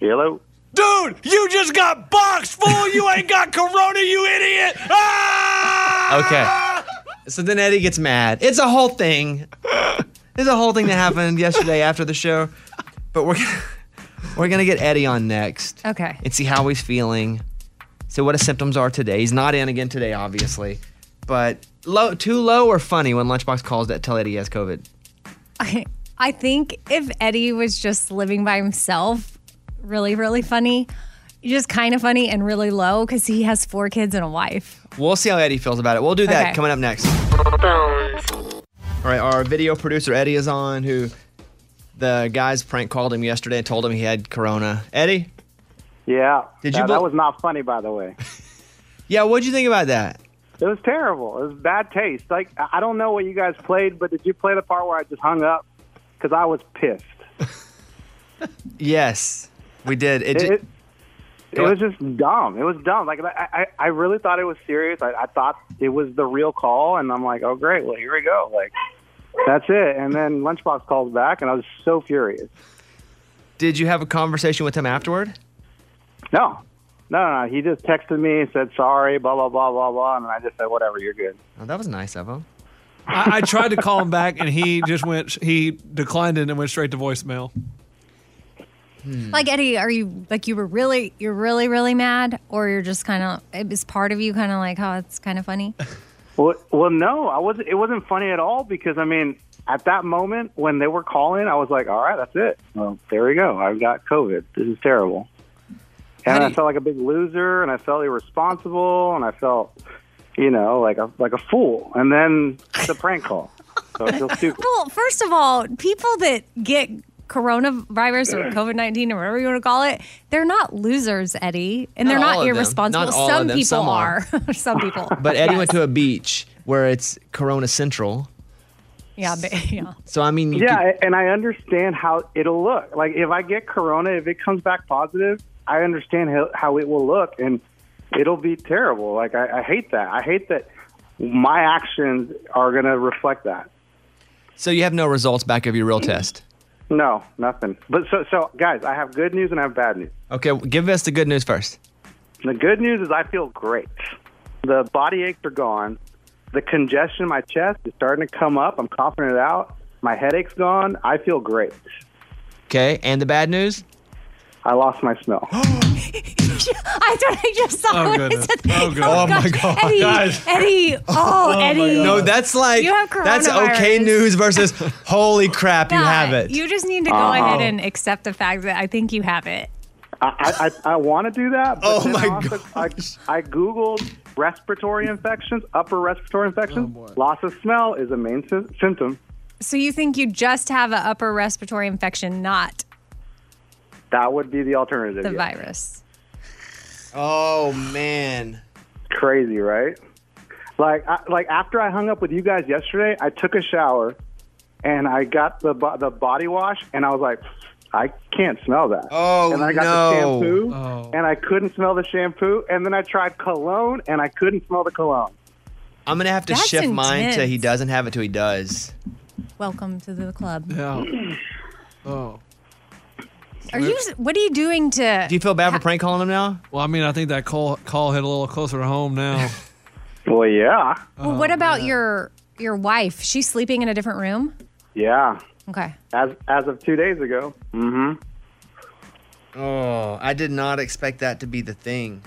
Speaker 20: Hello?
Speaker 12: Dude, you just got boxed, fool! You ain't got corona, you idiot!
Speaker 3: Okay. Ah! So then Eddie gets mad. It's a whole thing. It's a whole thing that happened yesterday after the show, but we're gonna, we're gonna get Eddie on next
Speaker 4: Okay.
Speaker 3: and see how he's feeling. See what his symptoms are today. He's not in again today, obviously, but low too low or funny when Lunchbox calls that tell Eddie he has COVID.
Speaker 4: I, I think if Eddie was just living by himself, really, really funny, just kind of funny and really low because he has four kids and a wife.
Speaker 3: We'll see how Eddie feels about it. We'll do that
Speaker 4: Okay.
Speaker 3: coming up next. All right, our video producer Eddie is on, who the guys prank called him yesterday and told him he had corona. Eddie?
Speaker 22: Yeah.
Speaker 3: Did
Speaker 22: that,
Speaker 3: you
Speaker 22: that
Speaker 3: bel-
Speaker 22: was not funny, by the way.
Speaker 3: Yeah, what'd you think about that?
Speaker 20: It was terrible. It was bad taste. Like I I don't know what you guys played, but did you play the part where I just hung up? Because I was pissed.
Speaker 3: Yes, we did. It, ju-
Speaker 20: It- It was just dumb. It was dumb. Like I, I, I really thought it was serious. I, I thought it was the real call, and I'm like, oh great, well here we go. Like that's it. And then Lunchbox calls back, and I was so furious.
Speaker 3: Did you have a conversation with him afterward?
Speaker 20: No, no, no. no. He just texted me and said sorry, blah blah blah blah blah, and I just said whatever, you're good.
Speaker 3: Oh, that was nice of him.
Speaker 7: I, I tried to call him back, and he just went. He declined it and went straight to voicemail.
Speaker 3: Hmm.
Speaker 4: Like Eddie, are you like you were really you're really really mad, or you're just kind of it was part of you kind of like oh it's kind of funny.
Speaker 20: Well, well, no, I wasn't. It wasn't funny at all because I mean, at that moment when they were calling, I was like, all right, that's it. Well, there we go. I've got COVID. This is terrible. And I felt like a big loser, and I felt irresponsible, and I felt, you know, like a like a fool. And then the prank call. So I feel stupid.
Speaker 4: Well, first of all, people that get coronavirus or COVID nineteen or whatever you want to call it, they're not losers, Eddie, and they're not,
Speaker 3: Not all of them.
Speaker 4: irresponsible.
Speaker 3: Not all of
Speaker 4: some
Speaker 3: them.
Speaker 4: people
Speaker 3: Some are.
Speaker 4: some people.
Speaker 3: But Eddie
Speaker 4: Yes.
Speaker 3: went to a beach where it's Corona Central.
Speaker 4: yeah, but, yeah.
Speaker 3: So I mean, you
Speaker 20: Yeah, and I understand how it'll look. Like if I get corona, if it comes back positive, I understand how, how it will look, and it'll be terrible. Like I, I hate that. I hate that my actions are going to reflect that.
Speaker 3: so you have no results back of your real test.
Speaker 20: No, nothing. But so, so guys, I have good news and I have bad news.
Speaker 3: Okay, well, give us the good news first.
Speaker 20: The good news is I feel great. The body aches are gone. The congestion in my chest is starting to come up. I'm coughing it out. My headache's gone. I feel great.
Speaker 3: Okay, and the bad news?
Speaker 20: I lost my smell.
Speaker 4: I thought I just saw
Speaker 20: Oh,
Speaker 4: what
Speaker 20: goodness.
Speaker 4: I said.
Speaker 20: Oh, goodness. Oh, my
Speaker 4: gosh.
Speaker 20: God.
Speaker 4: Eddie,
Speaker 20: Guys.
Speaker 4: Eddie, oh,
Speaker 3: Oh, my
Speaker 4: Eddie.
Speaker 3: God.
Speaker 20: Uh,
Speaker 3: No, that's like-
Speaker 4: you have
Speaker 3: That's okay
Speaker 4: coronavirus.
Speaker 3: news versus holy crap, you
Speaker 4: Nah,
Speaker 3: have it.
Speaker 4: You just need to go
Speaker 3: Oh.
Speaker 4: ahead and accept the fact that I think you have it.
Speaker 20: I, I, I want to do that. But oh my also, I, I googled respiratory infections, upper respiratory infections. Loss of smell is a main sy- symptom.
Speaker 4: So you think you just have an upper respiratory infection, not
Speaker 20: That would be the alternative.
Speaker 4: the
Speaker 20: yeah.
Speaker 4: virus.
Speaker 3: Oh man,
Speaker 20: crazy, right? Like, I, like after I hung up with you guys yesterday, I took a shower, and I got the bo- the body wash, and I was like, I can't smell that.
Speaker 3: Oh
Speaker 20: And I got
Speaker 3: no.
Speaker 20: the shampoo, and I couldn't smell the shampoo, and then I tried cologne, and I couldn't smell the cologne.
Speaker 3: I'm gonna have to
Speaker 20: That's
Speaker 3: shift mine to
Speaker 20: intense.
Speaker 3: he doesn't have it till he does.
Speaker 4: Welcome to the club.
Speaker 3: Yeah. Oh.
Speaker 4: Are you? What are you doing to?
Speaker 7: you
Speaker 3: feel bad for prank calling him now?
Speaker 7: Well, I mean, I think that call call hit a little closer to home now.
Speaker 20: well, yeah.
Speaker 4: well, what about your your wife? She's sleeping in a different room.
Speaker 20: Yeah,
Speaker 4: Okay.
Speaker 20: as as of two days ago. Mm-hmm.
Speaker 3: Oh, I did not expect that to be the thing.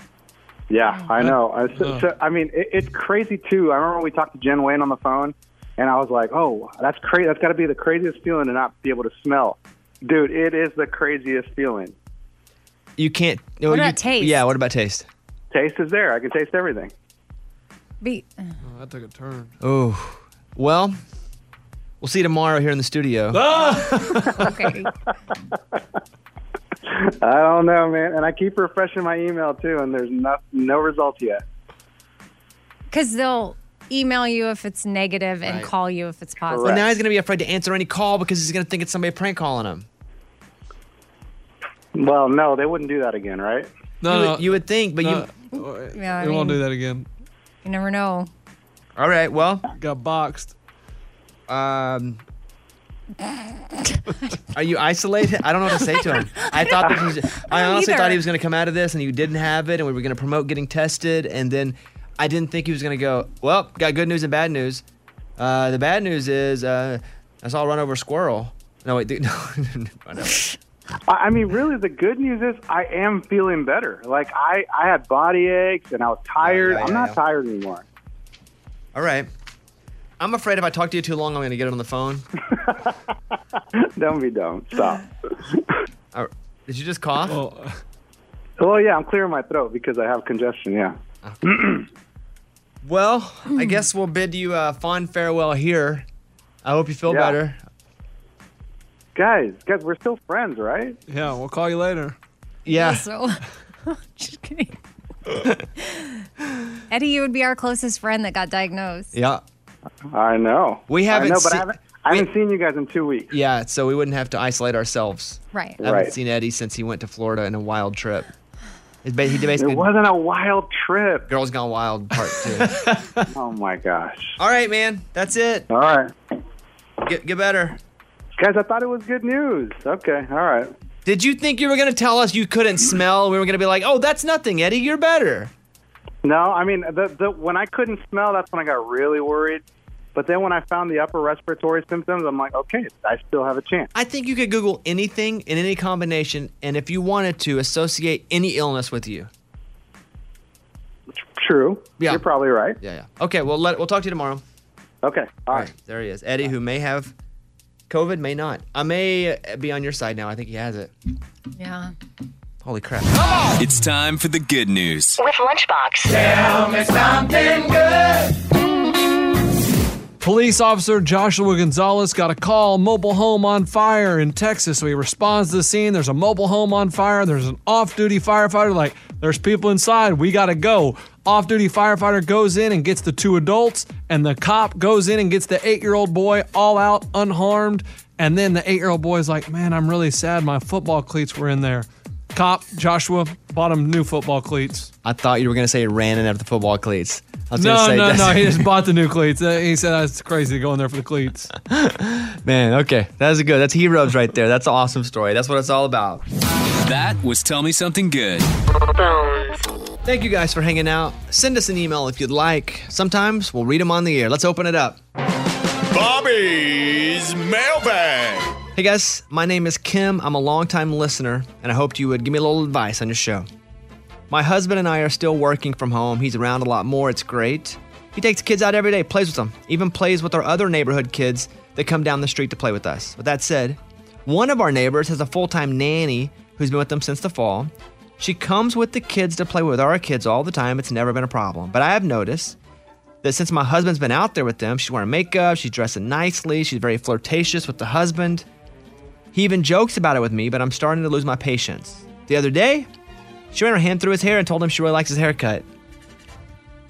Speaker 20: Yeah, I know. I, so, so, I mean, it, it's crazy too. I remember we talked to Jen Wayne on the phone, and I was like, "Oh, that's crazy. That's got to be the craziest feeling to not be able to smell, dude. It is the craziest feeling.
Speaker 3: You can't. no,
Speaker 20: What about
Speaker 3: you-
Speaker 20: taste?
Speaker 3: Yeah, what about taste?
Speaker 20: Taste is there. I can taste everything.
Speaker 4: Be- uh,
Speaker 7: oh, that took a turn.
Speaker 3: Oh, well, we'll see you tomorrow here in the studio.
Speaker 4: okay.
Speaker 20: I don't know, man. And I keep refreshing my email too, and there's no no results yet.
Speaker 4: Because they'll email you if it's negative and call you if it's positive.
Speaker 3: Well, now he's gonna be afraid to answer any call because he's gonna think it's somebody prank calling him.
Speaker 20: Well, no, they wouldn't do that again, right?
Speaker 3: No,
Speaker 20: Uh,
Speaker 3: you would, you would think, but you.
Speaker 4: Yeah, I mean,
Speaker 7: that again.
Speaker 4: You never know.
Speaker 3: All right. Well,
Speaker 7: got boxed.
Speaker 3: Um. Are you isolated? I don't know what to say to him. I thought that he was, I
Speaker 7: don't
Speaker 3: honestly
Speaker 7: either.
Speaker 3: thought he was going to come out of this and you didn't have it and we were going to promote getting tested and then I didn't think he was going to go, "Well, got good news and bad news." Uh, the bad news is uh, I saw a run over a squirrel. No, wait. Dude, no. I know.
Speaker 20: I I mean, really, the good news is I am feeling better. Like I, I had body aches and I was tired. I'm not tired anymore.
Speaker 3: All right. I'm afraid if I talk to you too long, I'm going to get it on the phone.
Speaker 20: Don't be dumb. Stop.
Speaker 3: All right. Uh, Did you just cough?
Speaker 20: Well, Oh, yeah, I'm clearing my throat because I have congestion. Yeah.
Speaker 3: Well, I guess we'll bid you a fond farewell here. I hope you feel
Speaker 20: Yeah.
Speaker 3: better.
Speaker 20: Guys, guys, we're still friends, right?
Speaker 7: Yeah, we'll call you later.
Speaker 3: Yeah.
Speaker 4: So, Oh, just kidding. Eddie, you would be our closest friend that got diagnosed.
Speaker 3: Yeah.
Speaker 20: I know.
Speaker 3: We haven't
Speaker 20: I know, but
Speaker 3: se-
Speaker 20: I haven't, I haven't seen you guys in two weeks.
Speaker 3: Yeah, so we wouldn't have to isolate ourselves.
Speaker 4: Right.
Speaker 3: I haven't
Speaker 20: Right.
Speaker 3: seen Eddie since he went to Florida in a wild trip. It's ba- he basically
Speaker 20: It wasn't a wild trip.
Speaker 3: Girls Gone Wild Part Two.
Speaker 20: oh my gosh!
Speaker 3: All right, man. That's it.
Speaker 20: All right,
Speaker 3: get get better.
Speaker 20: Guys, I thought it was good news. Okay, all right.
Speaker 3: Did you think you were gonna tell us you couldn't smell? We were gonna be like, "Oh, that's nothing, Eddie. You're better."
Speaker 20: No, I mean the, the when I couldn't smell, that's when I got really worried. But then when I found the upper respiratory symptoms, I'm like, okay, I still have a chance.
Speaker 3: I think you could Google anything in any combination, and if you wanted to, associate any illness with you.
Speaker 20: True.
Speaker 3: Yeah. You're
Speaker 20: probably right.
Speaker 3: Yeah, yeah. Okay, well, let, we'll talk to you tomorrow.
Speaker 20: Okay.
Speaker 3: All right. There he is. Eddie, who may have COVID, may not. I may uh, be on your side now. I think he has it.
Speaker 4: Yeah.
Speaker 3: Holy crap.
Speaker 14: It's time for the good news.
Speaker 2: With Lunchbox.
Speaker 14: Tell me something
Speaker 2: good.
Speaker 7: Police officer Joshua Gonzalez got a call mobile home on fire in Texas. So he responds to the scene. There's a mobile home on fire. There's an off duty firefighter. Like, there's people inside. We got to go. Off duty firefighter goes in and gets the two adults, and the cop goes in and gets the eight year old boy all out unharmed. And then the eight year old boy's like, Man, I'm really sad. My football cleats were in there. Cop, Joshua, bought him new football cleats.
Speaker 3: I thought you were going to say he ran in after the football cleats. I was
Speaker 7: No,
Speaker 3: gonna say
Speaker 7: no,
Speaker 3: that's-
Speaker 7: no. He just bought the new cleats. Uh, He said, That's crazy going there for the cleats.
Speaker 3: Man, okay. That's a good. That's heroes right there. That's an awesome story. That's what it's all about.
Speaker 14: That was Tell Me Something Good.
Speaker 3: Thank you guys for hanging out. Send us an email if you'd like. Sometimes we'll read them on the air. Let's open it up.
Speaker 8: Bobby's mailbag.
Speaker 3: Hey guys, my name is Kim. I'm a longtime listener, and I hoped you would give me a little advice on your show. My husband and I are still working from home. He's around a lot more. It's great. He takes kids out every day, plays with them, even plays with our other neighborhood kids that come down the street to play with us. With that said, one of our neighbors has a full time nanny who's been with them since the fall. She comes with the kids to play with our kids all the time. It's never been a problem. But I have noticed that since my husband's been out there with them, she's wearing makeup, she's dressing nicely, she's very flirtatious with the husband. He even jokes about it with me, but I'm starting to lose my patience. The other day, she ran her hand through his hair and told him she really likes his haircut.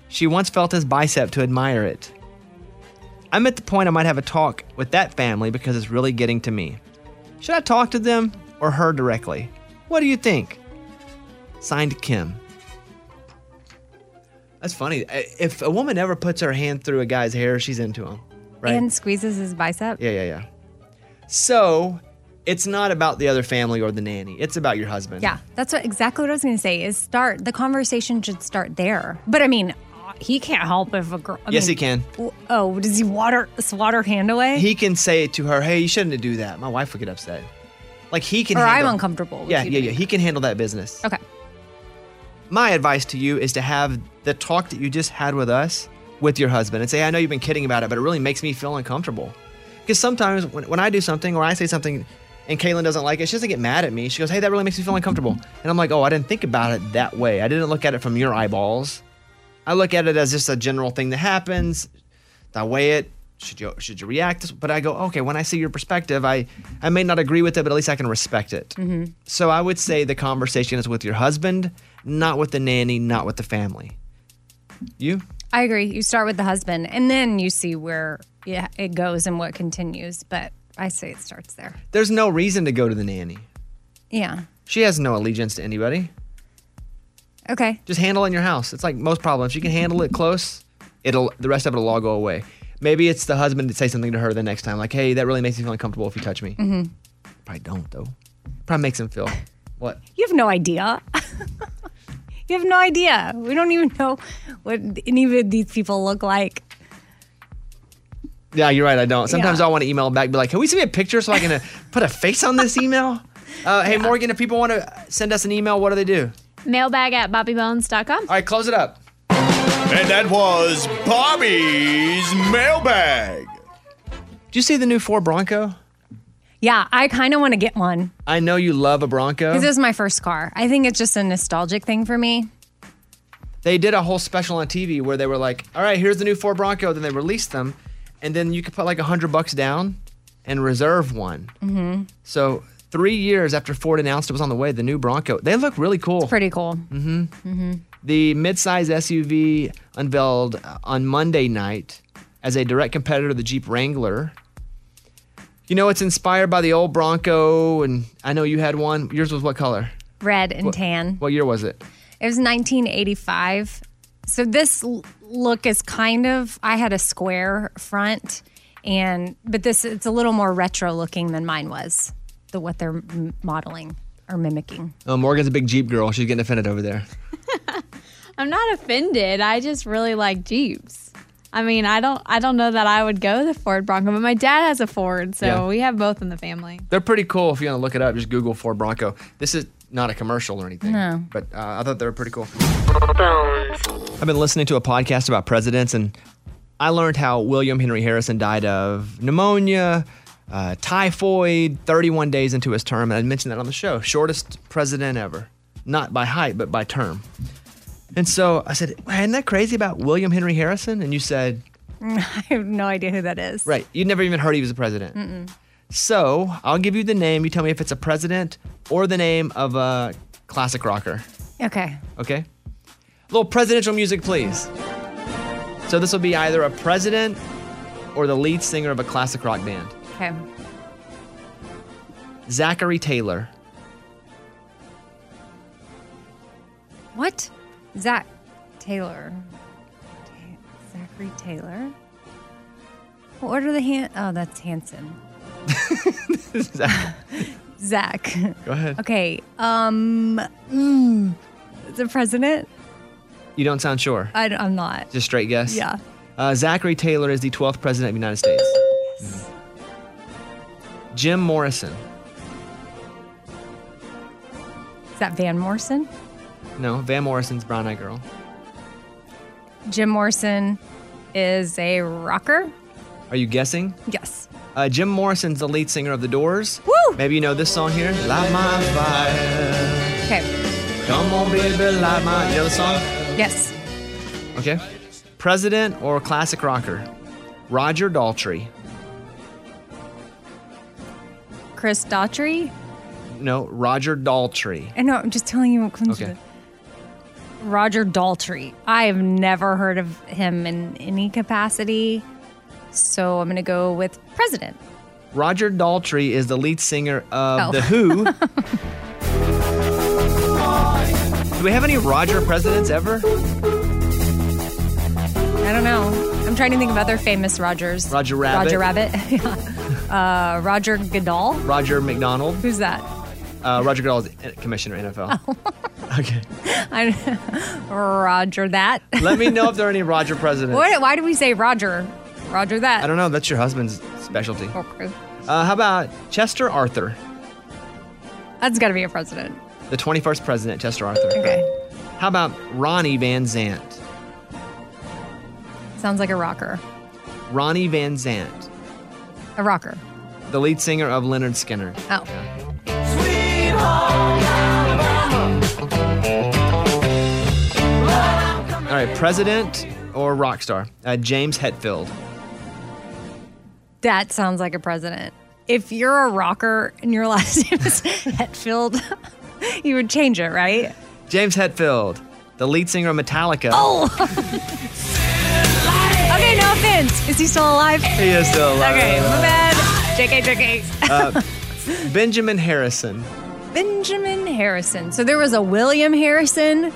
Speaker 3: She once felt his bicep to admire it. I'm at the point I might have a talk with that family because it's really getting to me. Should I talk to them or her directly? What do you think? Signed Kim. That's funny. I- If a woman ever puts her hand through a guy's hair, she's into him, right?
Speaker 4: And squeezes his bicep.
Speaker 3: Yeah, yeah, yeah. So it's not about the other family or the nanny. It's about your husband.
Speaker 4: Yeah, that's what exactly what I was going to say. Is start the conversation should start there. But I mean, he can't help if a girl. I
Speaker 3: yes,
Speaker 4: mean,
Speaker 3: he can.
Speaker 4: w- Oh, does he water swat her hand away?
Speaker 3: He can say to her, "Hey, you shouldn't do that." My wife would get upset. Like he can.
Speaker 4: Or I'm
Speaker 3: handle-
Speaker 4: uncomfortable with
Speaker 3: Yeah,
Speaker 4: you
Speaker 3: yeah, yeah. He can handle that business.
Speaker 4: Okay.
Speaker 3: My advice to you is to have the talk that you just had with us with your husband and say, "I know you've been kidding about it, but it really makes me feel uncomfortable." Because sometimes when, when I do something or I say something and Kaylin doesn't like it, she doesn't get mad at me. She goes, Hey, that really makes me feel uncomfortable. And I'm like, Oh, I didn't think about it that way. I didn't look at it from your eyeballs. I look at it as just a general thing that happens. I weigh it. Should you should you react? But I go, okay, when I see your perspective, I, I may not agree with it, but at least I can respect it.
Speaker 12: Mm-hmm.
Speaker 3: So I would say the conversation is with your husband, not with the nanny, not with the family. You?
Speaker 4: I agree. You start with the husband, and then you see where yeah, it goes and what continues. But I say it starts there.
Speaker 3: There's no reason to go to the nanny.
Speaker 4: Yeah.
Speaker 3: She has no allegiance to anybody.
Speaker 4: Okay.
Speaker 3: Just handle it in your house. It's like most problems. You can handle it close. It'll the rest of it'll all go away. Maybe it's the husband that says something to her the next time, like, "Hey, that really makes me feel uncomfortable if you touch me."
Speaker 4: hmm
Speaker 3: Probably don't though. Probably makes him feel what?
Speaker 4: You have no idea. you have no idea. We don't even know what any of these people look like.
Speaker 3: Yeah, you're right. I don't. Sometimes
Speaker 4: Yeah.
Speaker 3: I want to email back, be like, "Can we send me a picture so I can uh, put a face on this email?" Uh, hey, Morgan, if people want to send us an email, what do they do?
Speaker 13: Mailbag at bobbybones.com.
Speaker 3: All right, close it up.
Speaker 8: And that was Bobby's mailbag.
Speaker 3: Do you see the new Ford Bronco?
Speaker 4: Yeah, I kind of want to get one
Speaker 3: I know you love a Bronco.
Speaker 4: because it was my first car. I think it's just a nostalgic thing for me.
Speaker 3: they did a whole special on TV where they were like, "All right, here's the new Ford Bronco." Then they released them, and then you could put like a hundred bucks down and reserve one.
Speaker 4: Mm-hmm.
Speaker 3: So three years after Ford announced it was on the way, the new Bronco, they look really cool.
Speaker 4: Pretty cool.
Speaker 3: Mm-hmm.
Speaker 4: Mm-hmm.
Speaker 3: The midsize SUV unveiled uh, on Monday night as a direct competitor to the Jeep Wrangler. You know, it's inspired by the old Bronco, and I know you had one. Yours was what color?
Speaker 4: Red and tan.
Speaker 3: What year was it?
Speaker 4: It was 1985. So this l- look is kind of I had a square front and but this it's a little more retro looking than mine was. The what they're m- modeling or mimicking.
Speaker 3: Oh, Morgan's a big Jeep girl. She's getting offended over there.
Speaker 13: I'm not offended. I just really like Jeeps. I mean, I don't I don't know that I would go the Ford Bronco, but my dad has a Ford, so
Speaker 3: Yeah.
Speaker 13: we have both in the family.
Speaker 3: They're pretty cool. If you want to look it up, just Google Ford Bronco. This is not a commercial or anything,
Speaker 13: No.
Speaker 3: but uh, I thought they were pretty cool. I've been listening to a podcast about presidents, and I learned how William Henry Harrison died of pneumonia, uh, typhoid, 31 days into his term. And I mentioned that on the show. Shortest president ever. Not by height, but by term. And so I said, "Wow, Isn't that crazy about William Henry Harrison? And you said,
Speaker 4: I have no idea who that is.
Speaker 3: Right, you'd never even heard he was a president.
Speaker 4: Mm-mm.
Speaker 3: So I'll give you the name. You tell me if it's a president or the name of a classic rocker.
Speaker 4: Okay.
Speaker 3: Okay? A little presidential music, please. So this will be either a president or the lead singer of a classic rock band.
Speaker 4: Okay.
Speaker 3: Zachary Taylor.
Speaker 4: What? Zach Taylor. Ta- Zachary Taylor. What order the hand? Oh, that's Hanson. Zach.
Speaker 3: Go ahead.
Speaker 4: Okay. Um. Mm, the president?
Speaker 3: You don't sound sure.
Speaker 4: I, am not.
Speaker 3: Just straight guess.
Speaker 4: Uh, Yeah.
Speaker 3: Uh, Zachary Taylor is the 12th president of the United States. Jim Morrison.
Speaker 4: Is that Van Morrison?
Speaker 3: No, Van Morrison's brown eyed girl.
Speaker 4: Jim Morrison is a rocker.
Speaker 3: Are you guessing?
Speaker 4: Yes.
Speaker 3: Uh, Jim Morrison's the lead singer of The Doors.
Speaker 4: Woo!
Speaker 3: Maybe you know this song here. Light my fire.
Speaker 4: Okay.
Speaker 3: Come on, baby, light my. You know the song?
Speaker 4: Yes.
Speaker 3: Okay. President or classic rocker? Roger Daltrey.
Speaker 4: Chris Daughtry.
Speaker 3: No, Roger Daltrey.
Speaker 4: I know. I'm just telling you what comes
Speaker 3: Okay.
Speaker 4: to it. Roger Daltrey. I have never heard of him in any capacity, so I'm going to go with president.
Speaker 3: Roger Daltrey is the lead singer of
Speaker 4: Oh.
Speaker 3: The Who. Do we have any Roger presidents ever?
Speaker 4: I don't know. I'm trying to think of other famous Rogers.
Speaker 3: Roger Rabbit.
Speaker 4: Roger Rabbit. yeah. uh, Roger Goodall.
Speaker 3: Roger McDonald.
Speaker 4: Who's that?
Speaker 3: Uh, Roger Goodall is commissioner NFL.
Speaker 4: Oh. I, Roger that.
Speaker 3: Let me know if there are any Roger presidents.
Speaker 4: What, why do we say Roger? Roger that.
Speaker 3: I don't know. That's your husband's specialty.
Speaker 4: Okay.
Speaker 3: Uh, how about Chester Arthur,
Speaker 4: That's got to be a president.
Speaker 3: the 21st president, Chester Arthur?
Speaker 4: Okay.
Speaker 3: How about Ronnie Van Zant?
Speaker 4: Sounds like a rocker.
Speaker 3: Ronnie Van Zant,
Speaker 4: A rocker.
Speaker 3: the lead singer of Leonard Skinner.
Speaker 4: Oh.
Speaker 3: All right, president or rock star? Uh, James Hetfield.
Speaker 4: That sounds like a president. If you're a rocker and your last name is Hetfield, you would change it, right?
Speaker 3: James Hetfield, the lead singer of Metallica.
Speaker 4: Oh. okay, no offense. Is he still alive?
Speaker 3: He is still alive.
Speaker 4: Okay, my bad. JK, JK.
Speaker 3: Uh, Benjamin Harrison.
Speaker 4: Benjamin Harrison. So there was a William Harrison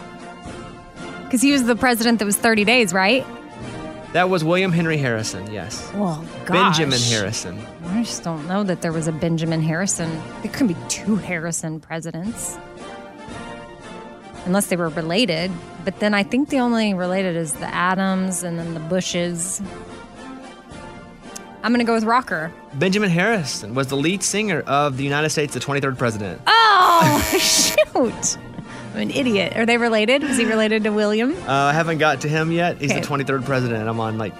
Speaker 4: because he was the president that was 30 days, right?
Speaker 3: That was William Henry Harrison, yes.
Speaker 4: Oh, gosh.
Speaker 3: Benjamin Harrison.
Speaker 4: I just don't know that there was a Benjamin Harrison. There could be two Harrison presidents. Unless they were related. But then I think the only related is the Adams and then the Bushes. I'm going to go with Rocker.
Speaker 3: Benjamin Harrison was the lead singer of the United States, the 23rd president.
Speaker 4: Oh, shoot. I'm an idiot. Are they related? Is he related to William?
Speaker 3: Uh, I haven't got to him yet. He's
Speaker 4: Okay.
Speaker 3: the 23rd president. I'm on like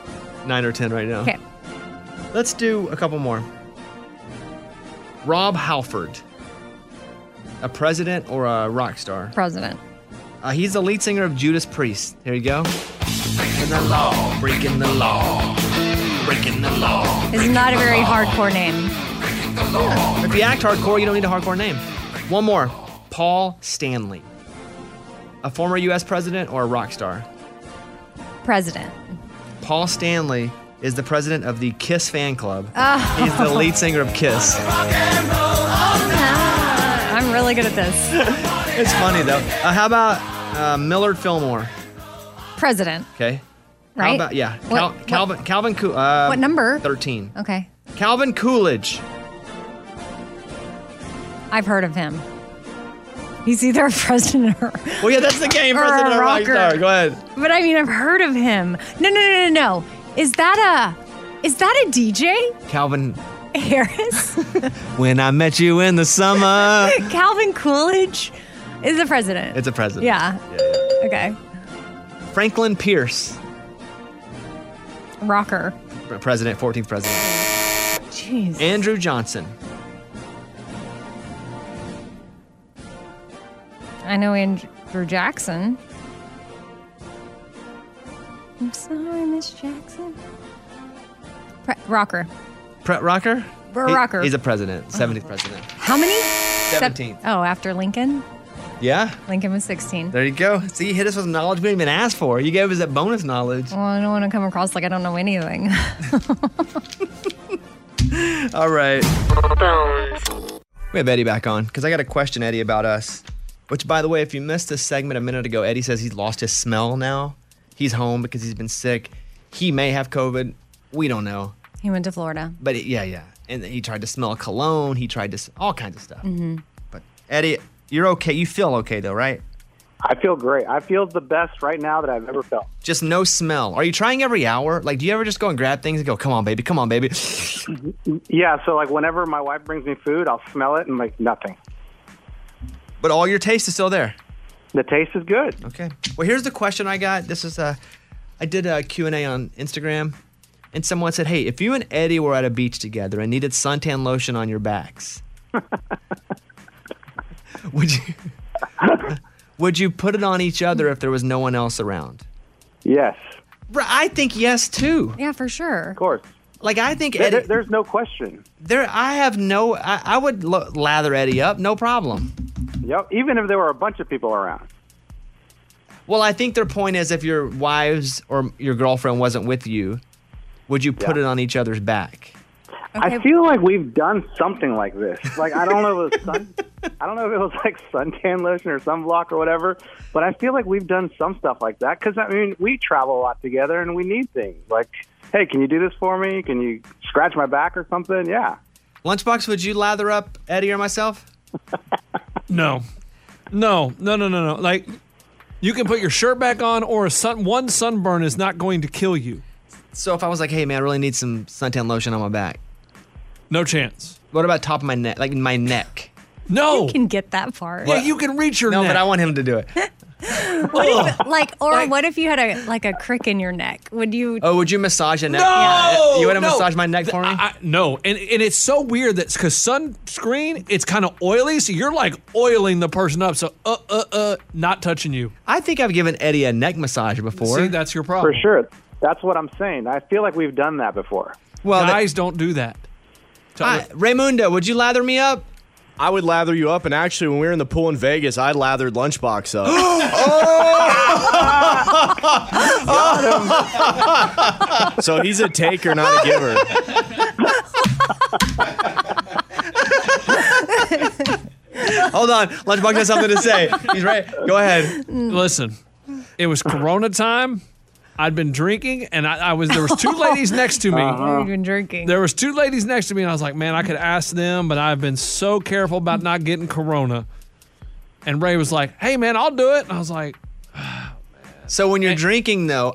Speaker 3: nine or 10 right now.
Speaker 4: Okay.
Speaker 3: Let's do a couple more. Rob Halford, a president or a rock star?
Speaker 4: President.
Speaker 3: Uh, he's the lead singer of Judas Priest. Here you go. Breaking the law, breaking the law, breaking the law.
Speaker 4: It's not a very hardcore name.
Speaker 3: If you act hardcore, you don't need a hardcore name. One more Paul Stanley, A former U.S. president or a rock star?
Speaker 4: President.
Speaker 3: Paul Stanley is the president of the Kiss fan club.
Speaker 4: Oh.
Speaker 3: He's the lead singer of Kiss.
Speaker 4: I'm really good at this.
Speaker 3: It's funny though. Uh, how about uh, Millard Fillmore?
Speaker 4: President.
Speaker 3: Okay.
Speaker 4: Right?
Speaker 3: How about yeah?
Speaker 4: What-
Speaker 3: Cal-
Speaker 4: what-
Speaker 3: Calvin Calvin Cool. Uh,
Speaker 4: What number? Oh.
Speaker 3: Thirteen.
Speaker 4: Okay.
Speaker 3: Calvin Coolidge.
Speaker 4: I've heard of him. He's either a president or.
Speaker 3: Well, yeah, that's the game.
Speaker 4: Or a
Speaker 3: President or rock
Speaker 4: rocker.
Speaker 3: star. Go ahead.
Speaker 4: But I mean, I've heard of him. No, no, no, no, no. Is that a. Is that a DJ?
Speaker 3: Calvin.
Speaker 4: Harris?
Speaker 3: When I met you in the summer.
Speaker 4: Calvin Coolidge is the president.
Speaker 3: it's a president.
Speaker 4: Yeah. Okay.
Speaker 3: Franklin Pierce.
Speaker 4: Rocker.
Speaker 3: President, 14th president.
Speaker 4: Jeez.
Speaker 3: Andrew Johnson.
Speaker 4: I know Andrew Jackson. I'm sorry, Miss Jackson. Pre- rocker.
Speaker 3: Pre- rocker?
Speaker 4: We're a rocker. Uh-huh.
Speaker 3: He's a president, 70th president.
Speaker 4: How many?
Speaker 3: 17th.
Speaker 4: oh, after Lincoln?
Speaker 3: Yeah.
Speaker 4: Lincoln was 16.
Speaker 3: There you go. See, you hit us with knowledge we didn't even ask for. You gave us that bonus knowledge.
Speaker 4: Well, I don't want to come across like I don't know anything.
Speaker 3: All right. We have Eddie back on because I got a question, Eddie, about us. Which, by the way, if you missed this segment a minute ago, Eddie says he's lost his smell now. He's home because he's been sick. He may have COVID. We don't know.
Speaker 4: he went to Florida.
Speaker 3: But it- yeah, yeah. And he tried to smell cologne. He tried to s- all kinds of stuff.
Speaker 4: hmm
Speaker 3: Eddie, you're okay. You feel okay though, right?
Speaker 20: I feel great. I feel the best right now that I've ever felt.
Speaker 3: Just no smell. Are you trying every hour? Like, do you ever just go and grab things and go, "Come on, baby, come on, baby"?
Speaker 20: Yeah, so like whenever my wife brings me food, I'll smell it and like nothing.
Speaker 3: But all your taste is still there.
Speaker 20: The taste is good.
Speaker 3: Okay. Well, here's the question I got. This is a, I did a Q and A on Instagram, and someone said, "Hey, if you and Eddie were at a beach together and needed suntan lotion on your backs, would you would you put it on each other if there was no one else around?"
Speaker 20: Yes.
Speaker 3: I think yes too.
Speaker 4: Yeah, for sure. Of
Speaker 20: course.
Speaker 3: Like I think
Speaker 20: There-
Speaker 3: Eddie,
Speaker 20: there- there's no question.
Speaker 3: There, I have no. I, I would lo- lather Eddie up, no problem.
Speaker 20: Yep. Even if there were a bunch of people around.
Speaker 3: Well, I think their point is if your wives or your girlfriend wasn't with you, would you put it on each other's back?
Speaker 20: I feel like we've done something like this. Like I don't know if it was sun, I don't know if it was like suntan lotion or sunblock or whatever, but I feel like we've done some stuff like that because I mean we travel a lot together and we need things like, hey, can you do this for me? Can you scratch my back or something? Yeah.
Speaker 3: Lunchbox, would you lather up Eddie or myself?
Speaker 7: No, no, no, no, no, no. Like you can put your shirt back on, or a sun one sunburn is not going to kill you.
Speaker 3: So if I was like, hey man, I really need some suntan lotion on my back.
Speaker 7: No chance.
Speaker 3: What about top of my neck, like my neck?
Speaker 7: No.
Speaker 4: You can get that far.
Speaker 3: What?
Speaker 7: can reach your
Speaker 3: no, but I want him to do it.
Speaker 4: What if, like, or what if you had a like a crick in your neck? Would you?
Speaker 3: Oh, would you massage a neck?
Speaker 7: No,
Speaker 3: You want to
Speaker 7: no.
Speaker 3: massage my neck for me?
Speaker 7: I, no, and and it's so weird that because sunscreen, it's kind of oily, so you're like oiling the person up. So uh uh uh, not touching you.
Speaker 3: I think I've given Eddie a neck massage before.
Speaker 7: See, that's your problem.
Speaker 20: For sure. That's what I'm saying. I feel like we've done that before.
Speaker 3: Well,
Speaker 7: guys don't do that.
Speaker 3: Hi, Raymundo, would you lather me up?
Speaker 1: I would lather you up, and actually, when we were in the pool in Vegas, I lathered Lunchbox up. Oh! so he's a taker, not a giver.
Speaker 3: Hold on, Lunchbox has something to say. He's right. Go ahead.
Speaker 7: Listen, it was Corona time. I'd been drinking, and I, I was there was two ladies next to me.
Speaker 4: You've been drinking.
Speaker 7: There was two ladies next to me, and I was like, man, I could ask them, but I've been so careful about not getting Corona. And Ray was like, hey man, I'll do it. And I was like,
Speaker 3: so when you're drinking though,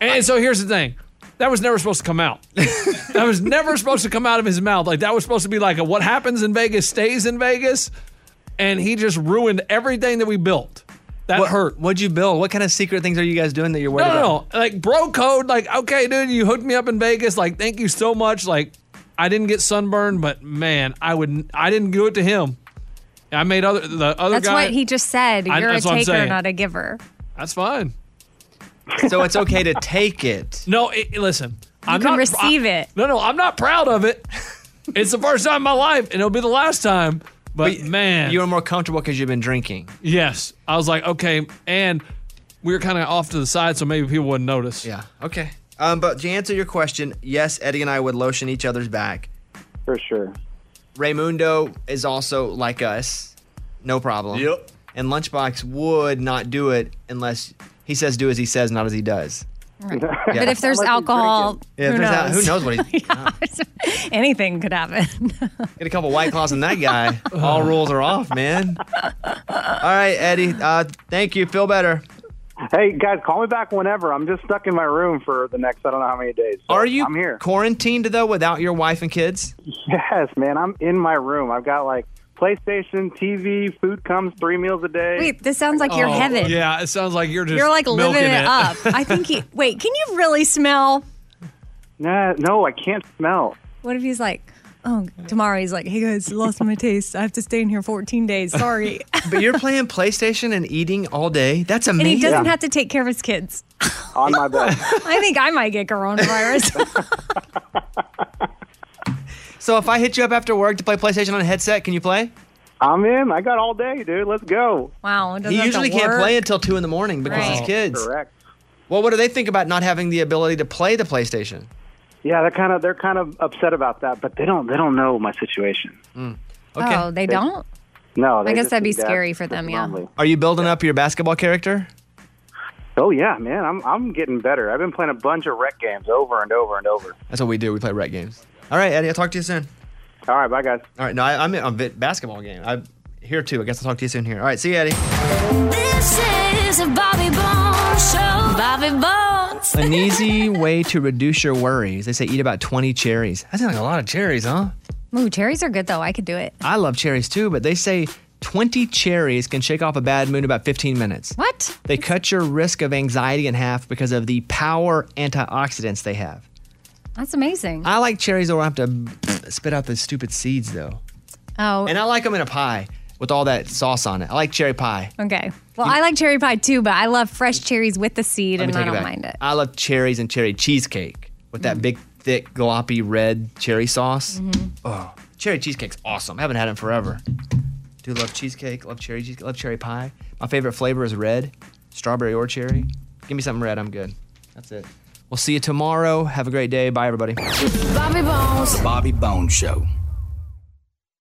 Speaker 7: and so here's the thing. That was never supposed to come out. that was never supposed to come out of his mouth. Like that was supposed to be like a what happens in Vegas stays in Vegas. And he just ruined everything that we built. That
Speaker 3: what,
Speaker 7: hurt.
Speaker 3: What'd you build? What kind of secret things are you guys doing that you're worried
Speaker 7: no,
Speaker 3: about?
Speaker 7: no, no. Like bro code. Like okay, dude, you hooked me up in Vegas. Like thank you so much. Like I didn't get sunburned, but man, I would. I didn't do it to him. I made other the other
Speaker 4: That's
Speaker 7: guy.
Speaker 4: what he just said.
Speaker 7: I-
Speaker 4: You're a
Speaker 7: that's what I'm
Speaker 4: taker,
Speaker 7: saying.
Speaker 4: not a giver.
Speaker 7: that's fine.
Speaker 3: So it's okay to take it.
Speaker 7: No, it, listen.
Speaker 4: You can receive it.
Speaker 7: No, no, I'm not proud of it. it's the first time in my life, and it'll be the last time. But, man,
Speaker 3: you were more comfortable because you've been drinking.
Speaker 7: Yes. I was like, okay. And we were kind of off to the side, so maybe people wouldn't notice. Yeah.
Speaker 3: Okay. Um, but to answer your question, yes, Eddie and I would lotion each other's back.
Speaker 20: For sure.
Speaker 3: Raymundo is also like us. No problem. Yep. And Lunchbox would not do it unless he says do as he says, not as he does.
Speaker 4: Right.
Speaker 3: Yeah.
Speaker 4: But if there's alcohol,
Speaker 3: Yeah, if
Speaker 4: who,
Speaker 3: there's
Speaker 4: knows?
Speaker 3: al- who knows what he
Speaker 4: Anything could happen.
Speaker 3: Get a couple white claws on that guy. All rules are off, man. All right, Eddie. Uh, thank you. Feel better.
Speaker 20: Hey guys, call me back whenever. I'm just stuck in my room for the next I don't know how many days.
Speaker 3: Are you
Speaker 20: I'm here.
Speaker 3: quarantined though without your wife and kids?
Speaker 20: Yes, man. I'm in my room. I've got like PlayStation, TV, food comes three meals a day.
Speaker 4: Wait, this sounds like you're
Speaker 20: Oh,
Speaker 4: heaven.
Speaker 7: Yeah. It sounds like you're just
Speaker 4: You're like
Speaker 7: milking
Speaker 4: living it,
Speaker 7: it
Speaker 4: up. I think he. Wait, can you really smell?
Speaker 20: Nah, no, I can't smell.
Speaker 4: What if he's like, oh, tomorrow he's like, hey guys, lost my taste. I have to stay in here 14 days. Sorry.
Speaker 3: but you're playing PlayStation and eating all day. That's
Speaker 4: and
Speaker 3: amazing.
Speaker 4: he doesn't have to take care of his kids.
Speaker 20: on my bed.
Speaker 4: I think I might get coronavirus.
Speaker 3: So if I hit you up after work to play PlayStation on a headset, can you play?
Speaker 20: I'm in. I got all day, dude. Let's go.
Speaker 4: wow.
Speaker 3: He usually can't play until two in the morning because
Speaker 20: Right.
Speaker 3: his kids.
Speaker 20: Correct.
Speaker 3: Well, what do they think about not having the ability to play the PlayStation?
Speaker 20: Yeah, they're kind of they're kind of upset about that, but they don't they don't know my situation.
Speaker 4: Oh, they don't?
Speaker 20: No,
Speaker 4: I
Speaker 20: they
Speaker 4: guess
Speaker 20: just
Speaker 4: that'd be
Speaker 20: think
Speaker 4: scary for them, yeah.
Speaker 3: Are you building up your basketball character?
Speaker 20: Oh yeah, man, I'm I'm getting better. I've been playing a bunch of rec games over and over and over.
Speaker 3: That's what we do. We play rec games. All right, Eddie. I'll talk to you soon.
Speaker 20: All right, bye guys.
Speaker 3: All right, no, I, I'm in a bit- basketball game. I'm here too. I guess I'll talk to you soon here. All right, see you, Eddie.
Speaker 6: This is a Bobby Bones show. Bobby Bones.
Speaker 3: An easy way to reduce your worries. They say eat about 20 cherries. That sounds like a lot of cherries, huh?
Speaker 4: Ooh, cherries are good though. I could do it.
Speaker 3: I love cherries too, but they say 20 cherries can shake off a bad mood in about 15 minutes.
Speaker 4: What?
Speaker 3: They cut your risk of anxiety in half because of the power antioxidants they have.
Speaker 4: That's amazing.
Speaker 3: I like cherries that don't have to spit out the stupid seeds though.
Speaker 4: Oh,
Speaker 3: And I like them in a pie with all that sauce on it. I like cherry pie.
Speaker 4: okay. Well, I like cherry pie too, but I love fresh cherries with the seed
Speaker 3: Let
Speaker 4: and
Speaker 3: me take
Speaker 4: I don't
Speaker 3: back.
Speaker 4: mind it. Mm.
Speaker 3: I love cherries and cherry cheesecake with that big, thick, gloppy red cherry sauce.
Speaker 4: Mm-hmm.
Speaker 3: Oh, cherry cheesecake's awesome. haven't had it in forever. Do love cheesecake. Love cherry cheesecake. Love cherry pie. My favorite flavor is red, strawberry or cherry. Give me something red. I'm good. That's it. We'll see you tomorrow. Have a great day. Bye, everybody.
Speaker 6: Bobby Bones.
Speaker 3: Bobby Bone Show.